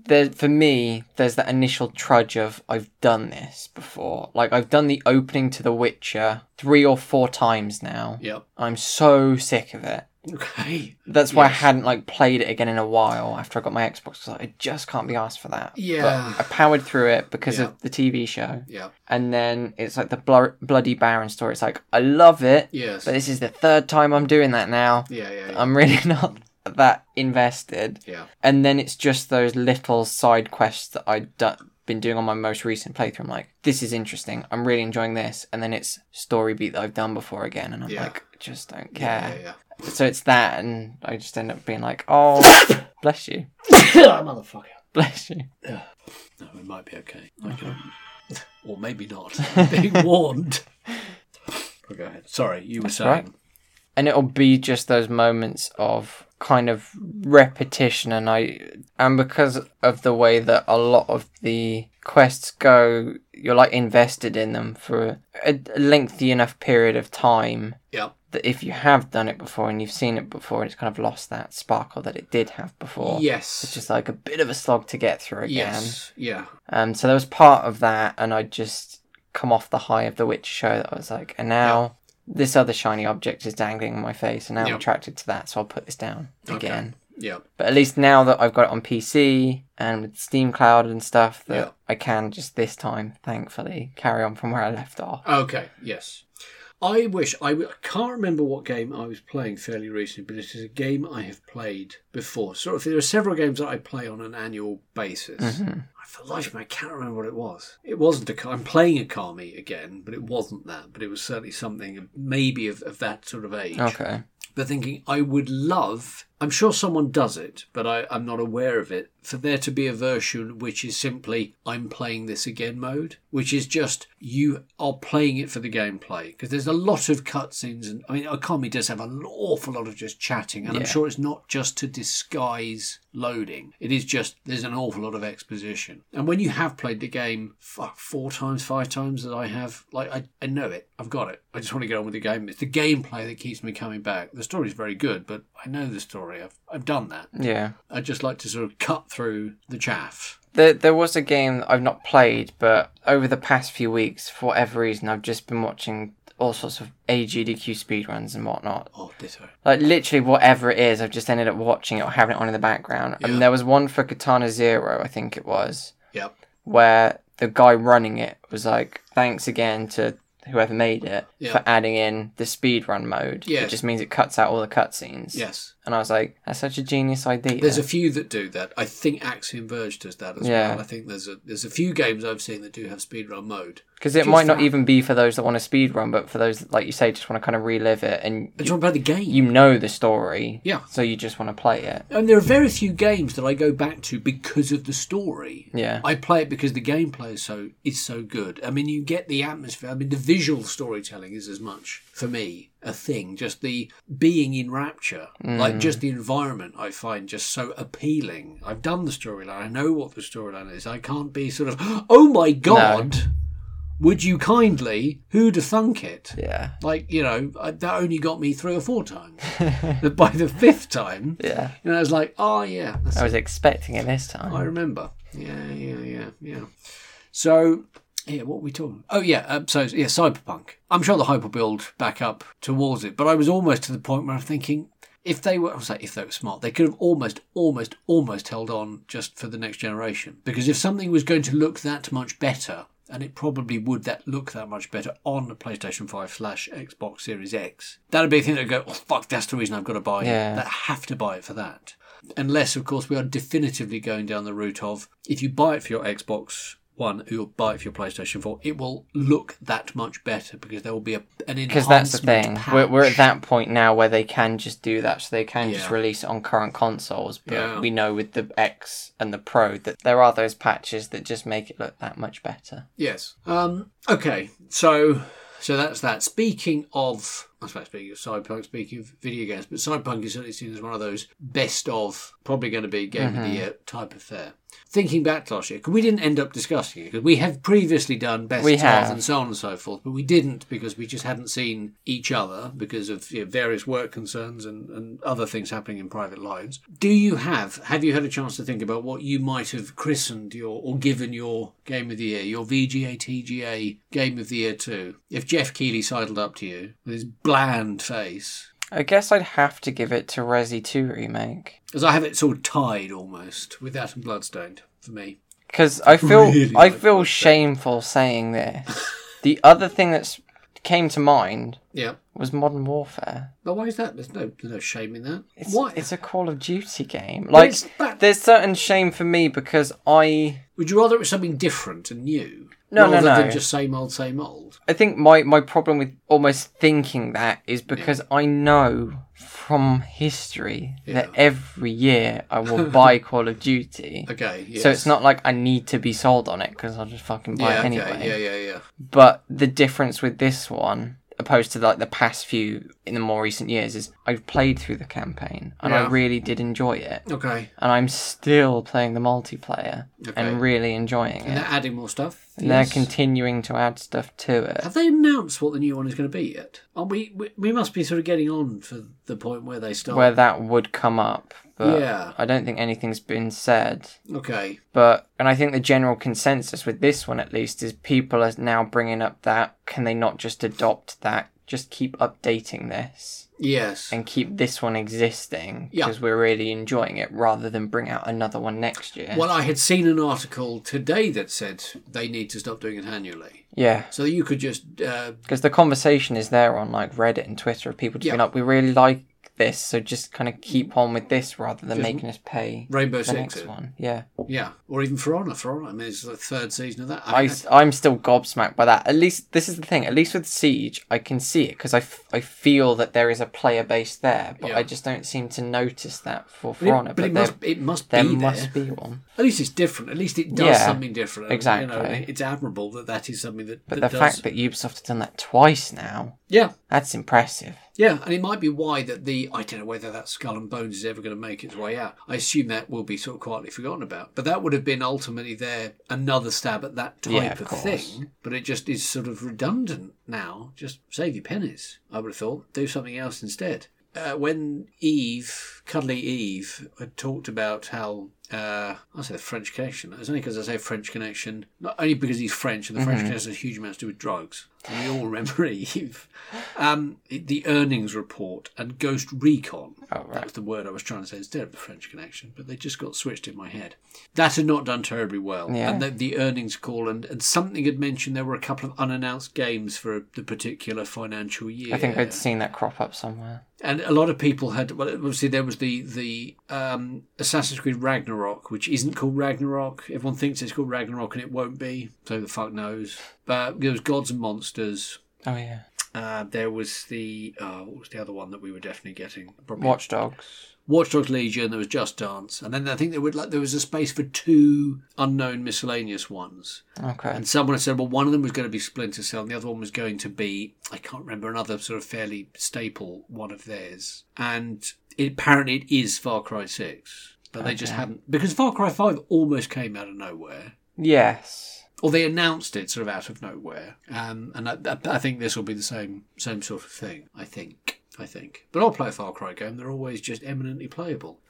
there for me there's that initial trudge of I've done this before. Like I've done the opening to The Witcher three or four times now.
Yep.
I'm so sick of it.
Okay.
That's why I
Yes.
hadn't like played it again in a while after I got my Xbox. 'cause I just can't be asked for that.
Yeah.
But I powered through it because
Yeah.
of the TV show,
Yeah.
and then it's like the blur- bloody Baron story. It's like I love it,
Yes.
but this is the third time I'm doing that now.
yeah, yeah, yeah.
I'm really (laughs) not that invested.
yeah.
And then it's just those little side quests that I've done, been doing on my most recent playthrough. I'm like, this is interesting. I'm really enjoying this. And then it's story beat that I've done before again, and I'm
Yeah.
like, just don't care.
Yeah,
(coughs)
yeah,
So it's that, and I just end up being like,
(laughs)
oh, bless you,
yeah. Motherfucker.
bless you.
No, it might be okay. I
(laughs)
can, (laughs) or maybe not. Being warned. Well, go ahead. Sorry, you were saying.
right. And it'll be just those moments of kind of repetition, and I, and because of the way that a lot of the quests go, you're like invested in them for a a lengthy enough period of time
Yeah.
that if you have done it before and you've seen it before, it's kind of lost that sparkle that it did have before.
Yes.
It's just like a bit of a slog to get through again.
yes. Yeah.
Um, so there was part of that, and I just come off the high of the Witch show that I was like, and now this other shiny object is dangling in my face, and now
Yeah.
I'm attracted to that, so I'll put this down
Okay.
again.
Yeah.
But at least now that I've got it on PC and with Steam Cloud and stuff, that
Yeah.
I can just this time, thankfully, carry on from where I left off.
Okay. Yes. I wish I, w- I can't remember what game I was playing fairly recently, but it is a game I have played before. Sort of, there are several games that I play on an annual basis.
Mhm.
For the life of me, I can't remember what it was. It wasn't a. Ka- I'm playing a Kami again, but it wasn't that. But it was certainly something, maybe of, of that sort of age.
Okay.
but thinking I would love. I'm sure someone does it, but I, I'm not aware of it. For there to be a version which is simply I'm playing this again mode, which is just you are playing it for the gameplay because there's a lot of cutscenes and I mean, Akami does have an awful lot of just chatting, and I'm
Yeah.
sure it's not just to disguise loading. It is just there's an awful lot of exposition, and when you have played the game fuck four times, five times that I have, like I, I know it, I've got it. I just want to get on with the game. It's the gameplay that keeps me coming back. The story's very good, but I know the story. I've I've done that.
Yeah.
I just like to sort of cut through the chaff.
There, there was a game that I've not played, but over the past few weeks, for whatever reason, I've just been watching all sorts of AGDQ speedruns and whatnot.
Oh, ditto.
Like, literally, whatever it is, I've just ended up watching it or having it on in the background.
Yeah.
And there was one for Katana Zero, I think it was,
Yep.
where the guy running it was like, thanks again to whoever made it
Yeah.
for adding in the speedrun mode.
Yes.
It just means it cuts out all the cutscenes.
Yes.
And I was like, that's such a genius idea.
There's a few that do that. I think Axiom Verge does that as
Yeah.
well. I think there's a there's a few games I've seen that do have speedrun mode.
Because it
Just
might not
that.
even be for those that want to speedrun, but for those, that, like you say, just want to kind of relive it and
It's all about the game.
you know the story.
Yeah.
So you just want to play it.
And there are very few games that I go back to because of the story.
Yeah.
I play it because the gameplay is so is so good. I mean, you get the atmosphere. I mean, the visual storytelling is as much for me a thing. Just the being in rapture,
Mm.
like just the environment, I find just so appealing. I've done the storyline. I know what the storyline is. I can't be sort of, oh my god, would you kindly? Who'd have thunk it?
Yeah.
Like you know, I, that only got me three or four
(laughs)
times. But by the fifth time,
Yeah.
you know, I was like, oh yeah, that's
I was expecting it this time.
I remember. Yeah, yeah, yeah, yeah. So, yeah, what were we talking? Oh, yeah. Um, so, yeah, cyberpunk. I'm sure the hype will build back up towards it, but I was almost to the point where I'm thinking if they were, I was like, if they were smart, they could have almost, almost, almost held on just for the next generation. Because if something was going to look that much better, and it probably would that look that much better on a PlayStation 5 slash Xbox Series X, that'd be a thing that would go, oh, fuck, that's the reason I've got to buy
Yeah.
it. That I have to buy it for that. Unless, of course, we are definitively going down the route of if you buy it for your Xbox One, or you buy it for your PlayStation 4, it will look that much better because there will be a, an enhancement
Because that's the thing. We're, we're at
patch.
that point now where they can just do that. So they can just
Yeah.
release it on current consoles. But
Yeah.
we know with the X and the Pro that there are those patches that just make it look that much better.
Yes. Um, okay. So so that's that. Speaking of, I suppose speaking of Cyberpunk, speaking of video games, but Cyberpunk is certainly seen as one of those best of, probably going to be game of the
Mm-hmm.
year type of fair. Thinking back to last year, 'cause we didn't end up discussing it because we have previously done best
We
of
have.
and so on and so forth, but we didn't because we just hadn't seen each other because of you know, various work concerns and, and other things happening in private lives. Do you have have you had a chance to think about what you might have christened your or given your game of the year, your VGA TGA game of the year too? If Jeff Keighley sidled up to you with his bland face,
I guess I'd have to give it to Resi 2 Remake.
as I have it sort of tied almost with that and Bloodstained for me. (laughs)
Because I feel
Really
I
like
feel
that.
shameful
(laughs)
saying this. the other thing that came to mind
Yeah.
was Modern Warfare.
But why is that? There's no, there's no shame in that.
It's,
why?
it's a Call of Duty game. Like
it's that-
there's certain shame for me because I
Would you rather it was something different and new?
No, no,
rather
no.
than just same old, same old.
I think my, my problem with almost thinking that is because I know from history that every year
(laughs)
I will buy Call of Duty.
Okay. Yes.
So it's not like I need to be sold on it because I'll just fucking buy
Yeah.
it
Okay.
anyway.
Yeah. Yeah. Yeah.
But the difference with this one, opposed to like the past few in the more recent years, is I've played through the campaign and I
Yeah.
really did enjoy it.
Okay.
And I'm still playing the multiplayer
Okay.
and really enjoying
And
it.
they're adding more stuff.
And they're
Yes.
continuing to add stuff to it.
Have they announced what the new one is going to be yet? Are we, we we must be sort of getting on for the point where they start.
where that would come up, but
Yeah.
I don't think anything's been said.
okay.
But and I think the general consensus with this one at least is people are now bringing up that can they not just adopt that? Just keep updating this
Yes.
and keep this one existing
Yeah.
because we're really enjoying it rather than bring out another one next year.
Well, I had seen an article today that said they need to stop doing it annually.
yeah.
So you could just uh,
Because the conversation is there on like Reddit and Twitter of people just
Yeah.
being like, we really like this, so just kind of keep on with this rather than making us pay
Rainbow
the
Six.
next
it.
one. Yeah.
Yeah. Or even For Honor. For Honor. I mean, it's the third season of that. I
I,
mean,
I'm still gobsmacked by that. At least, this is the thing. At least with Siege, I can see it because I, f- I feel that there is a player base there, but
Yeah.
I just don't seem to notice that for For
but it-
Honor.
but it
there,
must it must be
there
there.
must be one.
At least it's different. At least it does
Yeah,
something different. And, You know,
exactly.
it's admirable that that is something that.
But
that
the
does.
fact that Ubisoft have done that twice now,
Yeah,
that's impressive.
yeah, and it might be why that the I don't know whether that Skull and Bones is ever going to make its way out. I assume that will be sort of quietly forgotten about. But that would have been ultimately their another stab at that type
Yeah, of
of
course.
thing. But it just is sort of redundant now. Just save your pennies. I would have thought. Do something else instead. Uh, when Eve, cuddly Eve, had talked about how uh, I say the French connection. It's only because I say French connection, not only because he's French, and the
Mm-hmm.
French connection has a huge amount to do with drugs. And we all remember (laughs) Eve. Um, it- the earnings report and Ghost Recon.
Oh, right.
That's the word I was trying to say instead of the French connection, but they just got switched in my head. That had not done terribly well.
Yeah.
And the, the earnings call, and, and something had mentioned there were a couple of unannounced games for the particular financial year.
I think I'd seen that crop up somewhere.
And a lot of people had. Well, obviously there was the the um, Assassin's Creed Ragnarok, which isn't called Ragnarok. Everyone thinks it's called Ragnarok, and it won't be. So the fuck knows. But there was Gods and Monsters.
Oh yeah,
Uh, there was the uh, what was the other one that we were definitely getting? Probably
Watch Dogs.
Watch Dogs Legion. There was Just Dance, and then I think there would like there was a space for two unknown miscellaneous ones.
Okay.
And someone had said, well, one of them was going to be Splinter Cell, and the other one was going to be, I can't remember, another sort of fairly staple one of theirs. And it, apparently it is Far Cry 6, but they just hadn't. Because Far Cry 5 almost came out of nowhere.
Yes.
Or they announced it sort of out of nowhere, um, and I, I- I think this will be the same same sort of thing. I think, I think. But I'll play a Far Cry game. They're always just eminently playable.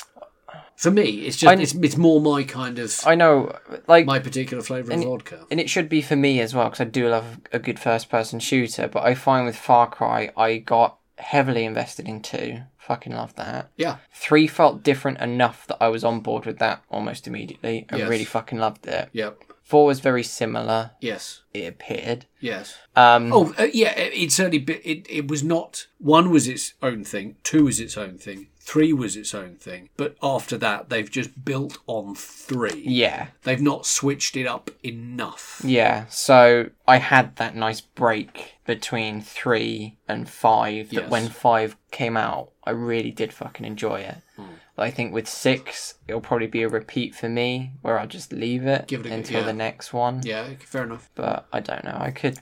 For me, it's just
I-
it's, it's more my kind of
I know. Like
my particular flavour of vodka.
and it should be for me as well because I do love a good first person shooter. But I find with Far Cry, I got heavily invested in two. Fucking love that.
Yeah.
Three felt different enough that I was on board with that almost immediately. I
Yes.
really fucking loved it.
Yep.
Four was very similar.
Yes.
It appeared.
Yes.
Um,
Oh, uh, yeah. It, it certainly. Be, it it was not. One was its own thing. Two was its own thing. Three was its own thing. But after that, they've just built on three.
yeah,
They've not switched it up enough.
yeah. So I had that nice break between three and five. That
Yes.
when five came out, I really did fucking enjoy it.
Hmm.
But I think with six, it'll probably be a repeat for me, where I'll just leave it,
Give it a go,
until
yeah.
the next one.
Yeah. okay, Fair enough.
But I don't know. I could.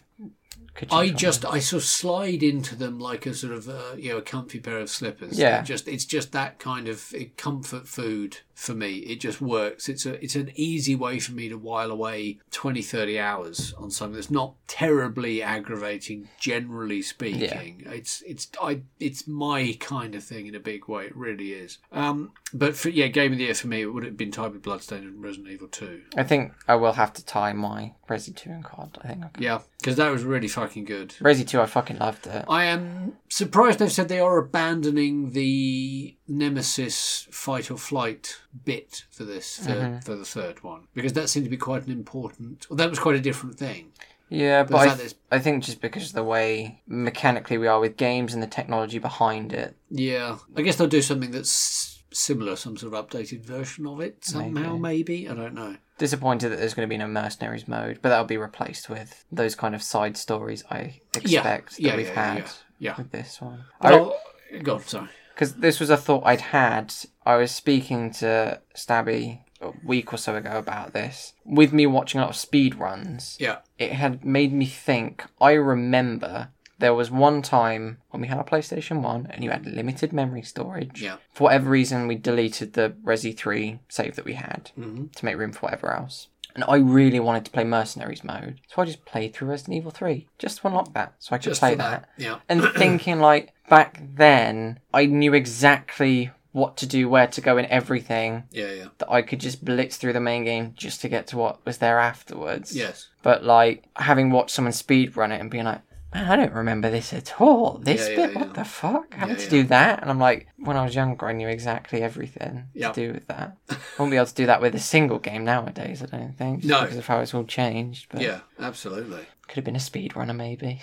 could
I
change my
just I sort of slide into them like a sort of uh, you know a comfy pair of slippers.
Yeah.
It just it's just that kind of eh, comfort food for me. It just works. It's a it's an easy way for me to while away 20, 30 hours on something that's not terribly aggravating. Generally speaking, it's it's I it's my kind of thing in a big way. It really is. Um, but for yeah, game of the year for me it would have been tied with Bloodstained and Resident Evil Two.
I think I will have to tie my Resi 2 and COD. I think I can.
Yeah, because that was really fucking good.
Resi 2, I fucking loved it.
I am surprised they've said they are abandoning the Nemesis fight or flight bit for this for,
Mm-hmm.
for the third one because that seemed to be quite an important. Well, that was quite a different thing.
Yeah, but I,
that
th-
is-
I think just because of the way mechanically we are with games and the technology behind it.
Yeah, I guess they'll do something that's similar, some sort of updated version of it somehow. Maybe, I don't know.
Disappointed that there's going to be no mercenaries mode, but that'll be replaced with those kind of side stories I expect
yeah,
that we've
yeah, yeah,
had
yeah.
with this one.
Oh, God, sorry.
because this was a thought I'd had. I was speaking to Stabby a week or so ago about this. With me watching a lot of speed runs,
Yeah,
it had made me think. I remember there was one time when we had our PlayStation 1 and you had limited memory storage.
Yeah.
For whatever reason, we deleted the Resi 3 save that we had
hmm
to make room for whatever else. And I really wanted to play Mercenaries mode, so I just played through Resident Evil 3 just to unlock that so I could
just
play
for that. Yeah,
and (coughs) thinking like back then I knew exactly what to do, where to go and everything
(coughs) yeah, yeah.
that I could just blitz through the main game just to get to what was there afterwards.
Yes,
But like having watched someone speedrun it and being like, Man, I don't remember this at all. This
Yeah, yeah,
bit, what
yeah.
the fuck? Having
Yeah,
to do that? And I'm like, when I was younger, I knew exactly everything
Yeah.
to do with
(laughs)
that. I won't be able to do that with a single game nowadays, I don't think. just
No.
Because of how it's all changed. But
yeah, absolutely.
could have been a speedrunner, maybe.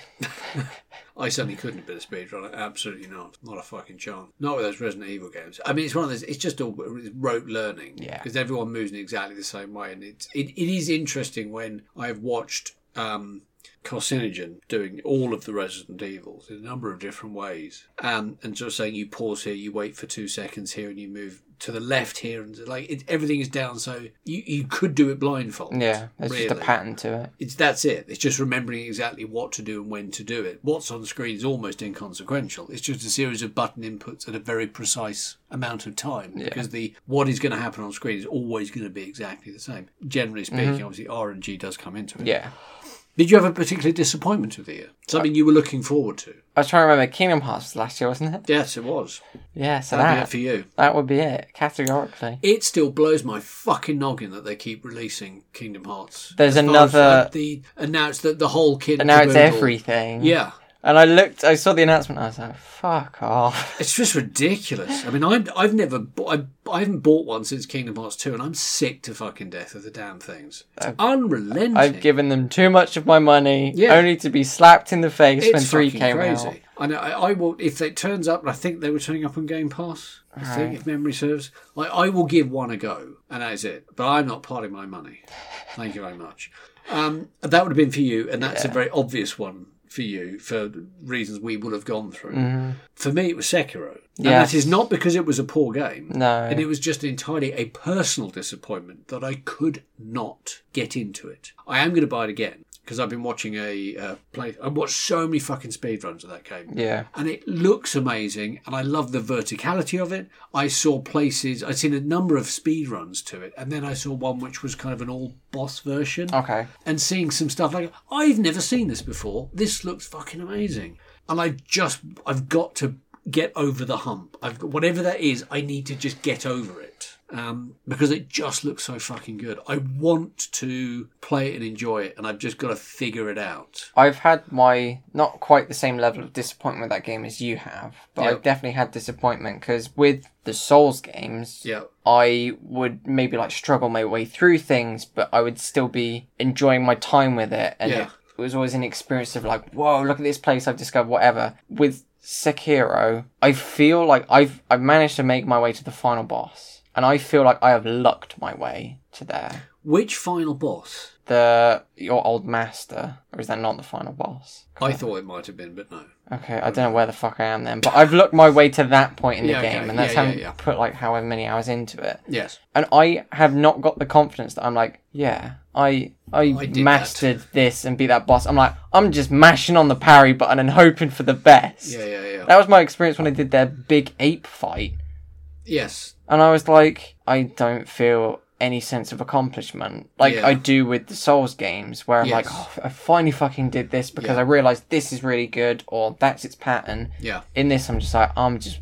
I certainly couldn't have been a speedrunner. Absolutely not. Not a fucking chance. Not with those Resident Evil games. I mean, it's one of those. It's just all it's rote learning.
Yeah.
Because everyone moves in exactly the same way, and it's it, it is interesting when I have watched um, Carcinogen doing all of the Resident Evils in a number of different ways, and and sort of saying you pause here, you wait for two seconds here, and you move to the left here, and like it, everything is down. So you you could do it blindfold.
Yeah, there's just
Really.
a pattern to it.
It's that's it. It's just remembering exactly what to do and when to do it. What's on screen is almost inconsequential. It's just a series of button inputs at a very precise amount of time because the what is going to happen on screen is always going to be exactly the same. Generally speaking, obviously RNG does come into it.
Mm-hmm. Yeah.
Did you have a particular disappointment of the year? Something you were looking forward to?
I was trying to remember Kingdom Hearts was last year, wasn't it?
Yes, it was.
Yeah, so
That'd be it
that
for you.
that would be it categorically.
It still blows my fucking noggin that they keep releasing Kingdom Hearts.
There's
As far as,
another-
uh, the announced that the whole kid.
And now it's
caboodle.
everything.
Yeah.
And I looked, I saw the announcement, and I was like, "Fuck off."
It's just ridiculous. I mean, I, I've never, bu- I, I haven't bought one since Kingdom Hearts 2, and I'm sick to fucking death of the damn things. It's unrelenting.
I've given them too much of my money,
Yeah.
only to be slapped in the face
it's
when three
fucking
came
crazy.
out.
I know. I, I will, if it turns up, and I think they were turning up on Game Pass, I think, if memory serves, like, I will give one a go, and that is it. But I'm not parting my money. Thank you very much. Um, that would have been for you, and that's a very obvious one for you for reasons we would have gone through.
Mm-hmm.
For me, it was Sekiro. And
Yes.
that is not because it was a poor game.
No,
And it was just entirely a personal disappointment that I could not get into it. I am going to buy it again because I've been watching a uh, play. I watched so many fucking speedruns of that game.
yeah,
And it looks amazing, and I love the verticality of it. I saw places, I'd seen a number of speedruns to it, and then I saw one which was kind of an all boss version
okay,
and seeing some stuff like I've never seen this before. This looks fucking amazing, and I just I've got to get over the hump. I've got, whatever that is. I need to just get over it. um, because it just looks so fucking good. I want to play it and enjoy it, and I've just got to figure it out.
I've had my not quite the same level of disappointment with that game as you have, but
Yeah.
I've definitely had disappointment because with the Souls games,
Yeah,
I would maybe like struggle my way through things, but I would still be enjoying my time with it. And
Yeah.
it was always an experience of like, whoa, look at this place I've discovered, whatever. With Sekiro, I feel like I've I've managed to make my way to the final boss, and I feel like I have lucked my way to there.
which final boss?
The your old master, or is that not the final boss?
I thought it might have been, but no.
Okay, I don't know where the fuck I am then, but I've looked my way to that point in the
Yeah, okay.
game, and that's
Yeah, yeah,
having
yeah.
put like however many hours into it
Yes,
and I have not got the confidence that I'm like, yeah, I I,
I did
mastered this and beat that boss. I'm like, I'm just mashing on the parry button and hoping for the best.
yeah, yeah, yeah.
That was my experience when I did their big ape fight,
Yes,
and I was like, I don't feel any sense of accomplishment like
Yeah.
I do with the Souls games, where I'm like,
Yes.
oh, I finally fucking did this because
Yeah.
I realized this is really good or that's its pattern.
yeah.
In this, I'm just like, I'm just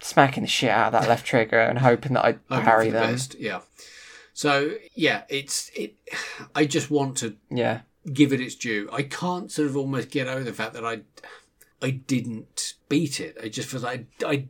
smacking the shit out of that left trigger and hoping that I
Hoping for
parry
the
them.
best. Yeah. So yeah, it's it. (sighs) I just want to
Yeah.
give it its due. I can't sort of almost get over the fact that I, I didn't beat it. I just feel like I, I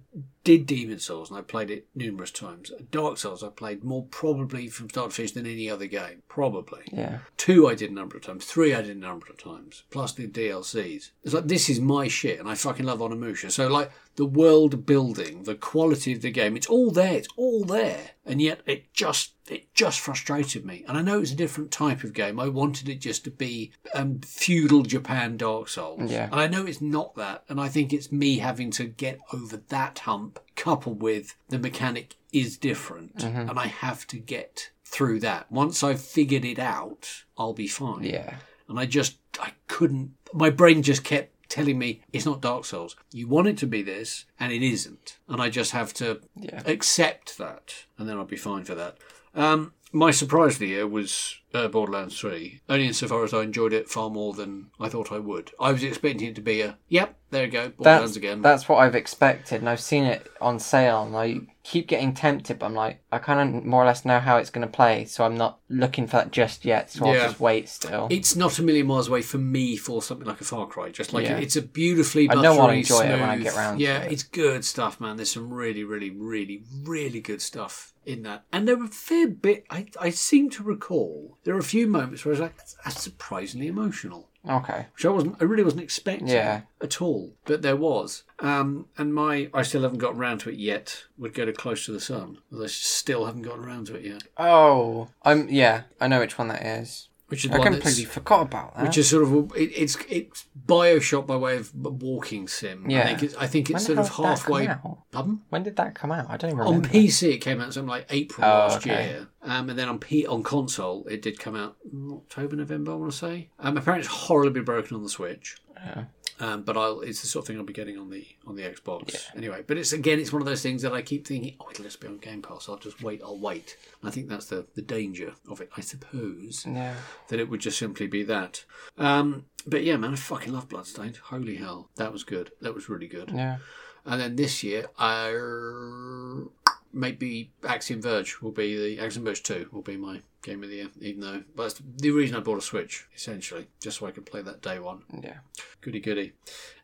did Demon Souls and I played it numerous times. Dark Souls I played more probably from start to finish than any other game, probably.
Yeah.
Two I did a number of times. Three I did a number of times. Plus the DLCs. It's like this is my shit, and I fucking love Onimusha. So like the world building, the quality of the game, it's all there. It's all there, and yet it just it just frustrated me. And I know it's a different type of game. I wanted it just to be um, feudal Japan Dark Souls.
Yeah.
And I know it's not that, and I think it's me having to get over that hump, coupled with the mechanic is different, and I have to get through that. Once I've figured it out, I'll be fine.
Yeah.
And I just, I couldn't, my brain just kept telling me it's not Dark Souls. You want it to be this, and it isn't. And I just have to
Yeah.
accept that, and then I'll be fine for that. Um, my surprise of the year was uh, Borderlands 3, only insofar as I enjoyed it far more than I thought I would. I was expecting it to be a, yep, there you go, Borderlands
That's,
again.
that's what I've expected, and I've seen it on sale, and I keep getting tempted, but I'm like, I kind of more or less know how it's going to play, so I'm not looking for that just yet, so
Yeah.
I'll just wait still.
it's not a million miles away for me for something like a Far Cry. Just like
Yeah.
it's a beautifully
I
buttery,
know I'll enjoy
smooth.
it when I get round to
yeah,
it.
it's good stuff, man. There's some really, really, really, really good stuff in that. And there were a fair bit. I, I seem to recall there were a few moments where I was like, that's, that's surprisingly emotional,
okay.
which I wasn't. I really wasn't expecting
Yeah.
at all, but there was. Um, and my I still haven't gotten round to it yet. Would go to Close to the Sun, but I still haven't gotten round to it yet.
Oh, I'm yeah. I know which one that is.
Which is
I
one that's-
completely forgot about that.
which is sort of it, it's it's Bioshock by way of a walking sim. I
Yeah.
think it's, I think
when
it's
the
sort of
hell did that come
halfway.
out?
Pardon?
When did that come out? I don't even
On
remember.
PC, it came out something like April
Oh,
last
okay.
year, um, and then on P- on console, it did come out mm, October, November, I want to say. Um, apparently, it's horribly broken on the Switch.
Yeah.
Um, but I'll, it's the sort of thing I'll be getting on the on the Xbox anyway. But it's again, it's one of those things that I keep thinking, oh, it'll just be on Game Pass. I'll just wait. I'll wait. And I think that's the the danger of it, I suppose
yeah.
that it would just simply be that. Um, but yeah, man, I fucking love Bloodstained. Holy hell, that was good. That was really good.
Yeah.
And then this year, I maybe Axiom Verge will be the Axiom Verge Two will be my game of the year. Even though but that's the reason I bought a Switch essentially, just so I could play that day one.
Yeah.
Goody goody.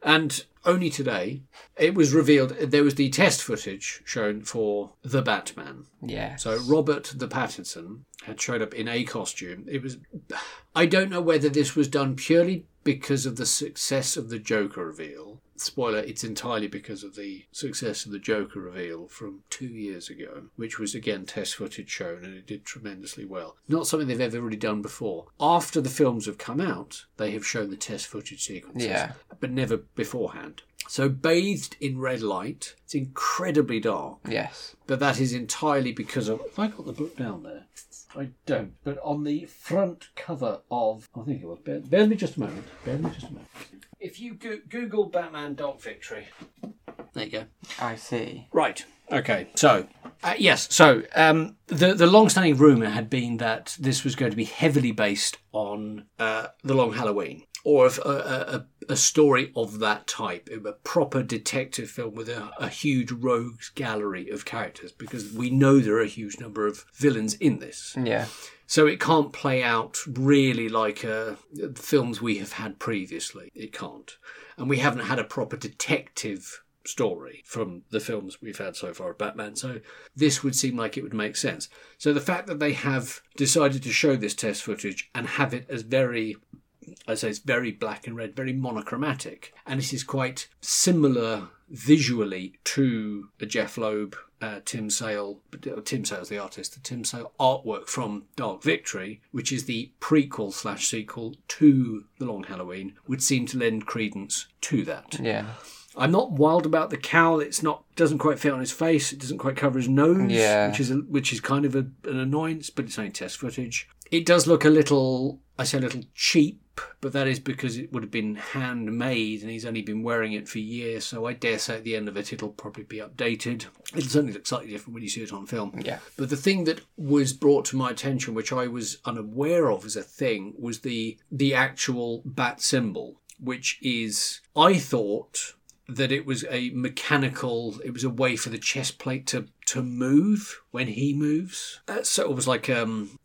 And only today, it was revealed there was the test footage shown for the Batman.
Yeah.
So Robert the Pattinson had showed up in a costume. It was (sighs) I don't know whether this was done purely because of the success of the Joker reveal. Spoiler, it's entirely because of the success of the Joker reveal from two years ago, which was again test footage shown and it did tremendously well. Not something they've ever really done before. After the films have come out, they have shown the test footage sequences
Yeah.
but never beforehand. So bathed in red light, it's incredibly dark
Yes.
but that is entirely because of. Have I got the book down there? I don't. But on the front cover of, I think it was. Bear, bear with me just a moment. Bear with me just a moment. If you go- Google Batman Dark Victory, there you go.
I see.
Right. Okay. So, uh, yes. So, um, the the long-standing rumor had been that this was going to be heavily based on uh, the Long Halloween, or if a, a, a story of that type, a proper detective film with a, a huge rogues gallery of characters, because we know there are a huge number of villains in this.
Yeah.
So it can't play out really like uh, the films we have had previously. It can't. And we haven't had a proper detective story from the films we've had so far of Batman. So this would seem like it would make sense. So the fact that they have decided to show this test footage and have it as very I say Uh, it's very black and red, very monochromatic, and it is quite similar visually to a Jeff Loeb, uh, Tim Sale, uh, Tim Sale's the artist, the Tim Sale artwork from Dark Victory, which is the prequel slash sequel to The Long Halloween, would seem to lend credence to that.
Yeah.
I'm not wild about the cowl. It's not doesn't quite fit on his face. It doesn't quite cover his nose,
Yeah.
which is a, which is kind of a, an annoyance. But it's only test footage. It does look a little, I say, a little cheap, but that is because it would have been handmade, and he's only been wearing it for years. So I dare say at the end of it, it'll probably be updated. It'll certainly look slightly different when you see it on film.
Yeah.
But the thing that was brought to my attention, which I was unaware of as a thing, was the the actual bat symbol, which is I thought that it was a mechanical it was a way for the chest plate to to move when he moves. Uh, so it was like um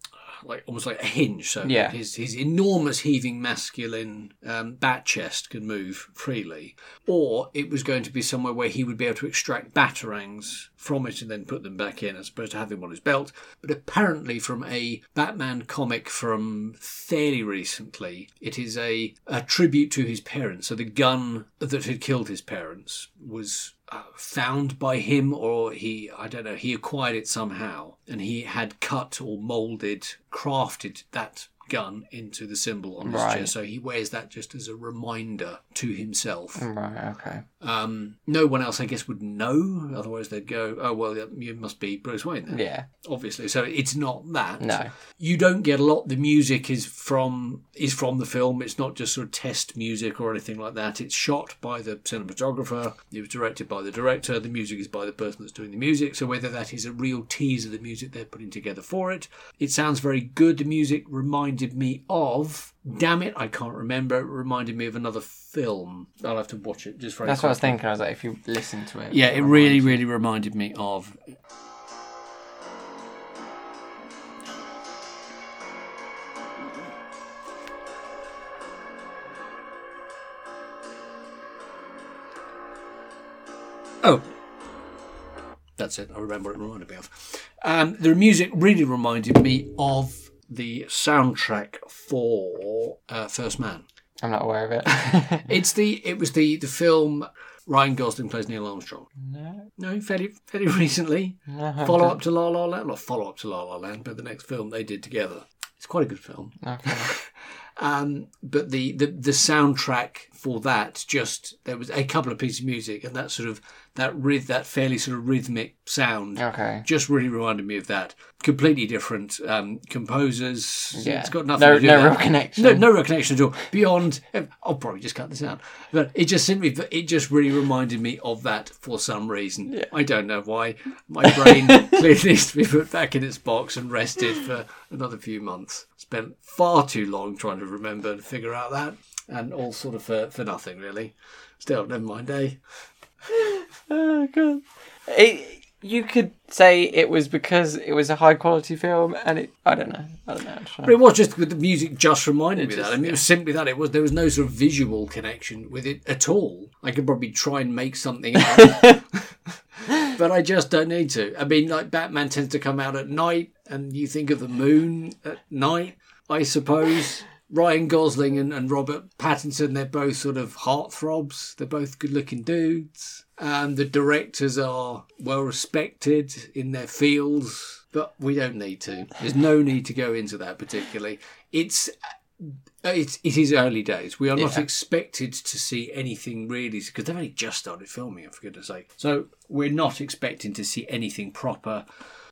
like almost like a hinge. So
Yeah.
his his enormous heaving masculine um, bat chest could move freely, or it was going to be somewhere where he would be able to extract batarangs from it and then put them back in, as opposed to have them on his belt. But apparently, from a Batman comic from fairly recently, it is a a tribute to his parents. So the gun that had killed his parents was uh, found by him or he i don't know he acquired it somehow and he had cut or molded crafted that gun into the symbol on his
Right.
chest so he wears that just as a reminder to himself
Right. Okay.
um, no one else i guess would know otherwise they'd go oh well you must be bruce wayne then
Yeah.
obviously so it's not that
No.
you don't get a lot the music is from is from the film it's not just sort of test music or anything like that it's shot by the cinematographer it was directed by the director the music is by the person that's doing the music so whether that is a real tease of the music they're putting together for it it sounds very good the music reminded me of damn it i can't remember it reminded me of another film i'll have to watch it just very
That's what I was thinking. I was like, if you listen to it.
yeah it really really reminded me of Oh. That's it. I remember what it reminded me of. Um, the music really reminded me of the soundtrack for uh, First Man.
I'm not aware of it. (laughs)
It's the it was the the film Ryan Gosling plays Neil Armstrong.
no.
No, fairly fairly (laughs) recently.
no
Follow up to La La Land, not follow up to La La Land, but the next film they did together. It's quite a good film.
Okay.
Um, but the, the the soundtrack for that just there was a couple of pieces of music and that sort of that rhyth that fairly sort of rhythmic sound
Okay.
just really reminded me of that. Completely different um, composers.
Yeah.
It's got nothing
no,
to do
no
with
real
that. (laughs)
connection.
No, no real connection at all. Beyond, eh, I'll probably just cut this out. But it just simply, it just really reminded me of that for some reason. I don't know why. My
(laughs)
brain clearly needs to be put back in its box and rested for another few months. Spent far too long trying to remember and figure out that, and all sort of for, for nothing really. Still, never mind, eh?
Oh god. It, you could say it was because it was a high quality film, and it. I don't know. I don't know.
But
Actually.
it was just the music just reminded me of
just-
that. I mean, it was simply that it was there was no sort of visual connection with it at all. I could probably try and make
(laughs)
something, out, but I just don't need to. I mean, like Batman tends to come out at night, and you think of the moon at night, I suppose. Ryan Gosling and, and Robert Pattinson, they're both sort of heartthrobs. They're both good looking dudes. Um, the directors are well respected in their fields, but we don't need to. There's no need to go into that particularly. It's Uh, it, it is early days. We are not expected to see anything really because they've only just started filming it, for goodness sake. So we're not expecting to see anything proper.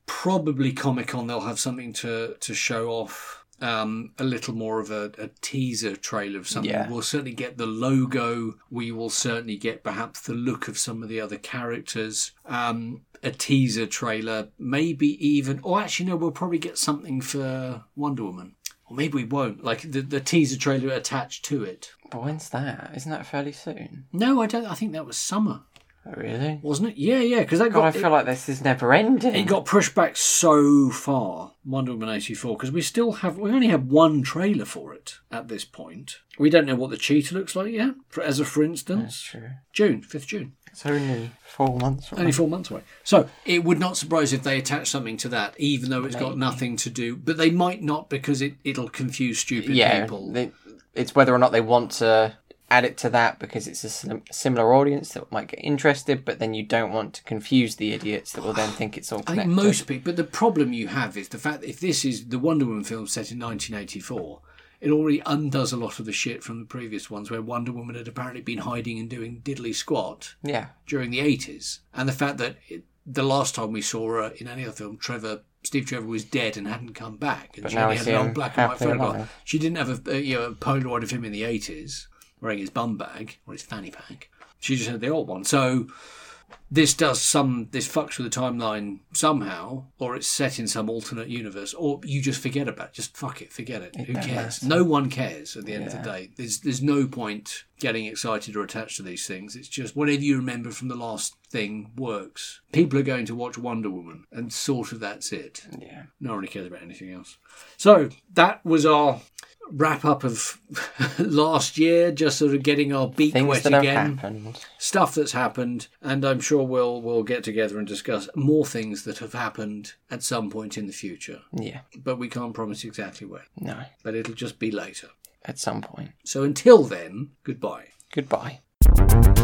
Probably Comic Con, they'll have something to, to show off. Um, a little more of a, a teaser trailer of something.
Yeah.
We'll certainly get the logo. We will certainly get perhaps the look of some of the other characters. Um, a teaser trailer, maybe even. Or actually, no, we'll probably get something for Wonder Woman. Or maybe we won't. Like the, the teaser trailer attached to it.
But when's that? Isn't that fairly soon?
No, I don't. I think that was summer,
Oh, really?
wasn't it? Yeah, yeah. Because that
God, I
got it,
feel like this is never ending.
it got pushed back so far. Wonder Woman eighty four. Because we still have we only have one trailer for it at this point. We don't know what the cheetah looks like yet. For, as a for
That's
instance,
true.
June fifth June.
It's only four months. Away.
Only four months away. So it would not surprise if they attach something to that, even though it's got nothing to do. But they might not because it, it'll confuse stupid
yeah,
people.
they- it's whether or not they want to add it to that because it's a sim- similar audience that might get interested, but then you don't want to confuse the idiots that will then think it's all
I
connected.
think most people. But the problem you have is the fact that if this is the Wonder Woman film set in 1984, it already undoes a lot of the shit from the previous ones where Wonder Woman had apparently been hiding and doing diddly squat
yeah,
during the 80s. And the fact that it, the last time we saw her in any other film, Trevor. Steve Trevor was dead and hadn't come back, and
But
she
now
only
we
had
see
an old
him
black and white
happily
photograph.
alive.
She didn't have a, a, you know, a Polaroid of him in the eighties wearing his bum bag or his fanny pack. She just had the old one. So this does some this fucks with the timeline somehow, or it's set in some alternate universe, or you just forget about it. Just fuck it, forget it. Who
don't
cares?
matter.
No one cares at the end of the day. There's there's no point getting excited or attached to these things. It's just whatever you remember from the last thing works. People are going to watch Wonder Woman, and sort of that's it.
yeah.
No one really cares about anything else. So that was our wrap up of (laughs) last year, just sort of getting our beak
Things
wet
that have
again.
happened.
Stuff that's happened, and I'm sure we'll we'll get together and discuss more things that have happened at some point in the future.
Yeah,
But we can't promise exactly when.
no,
But it'll just be later.
at some point.
So until then, goodbye.
Goodbye.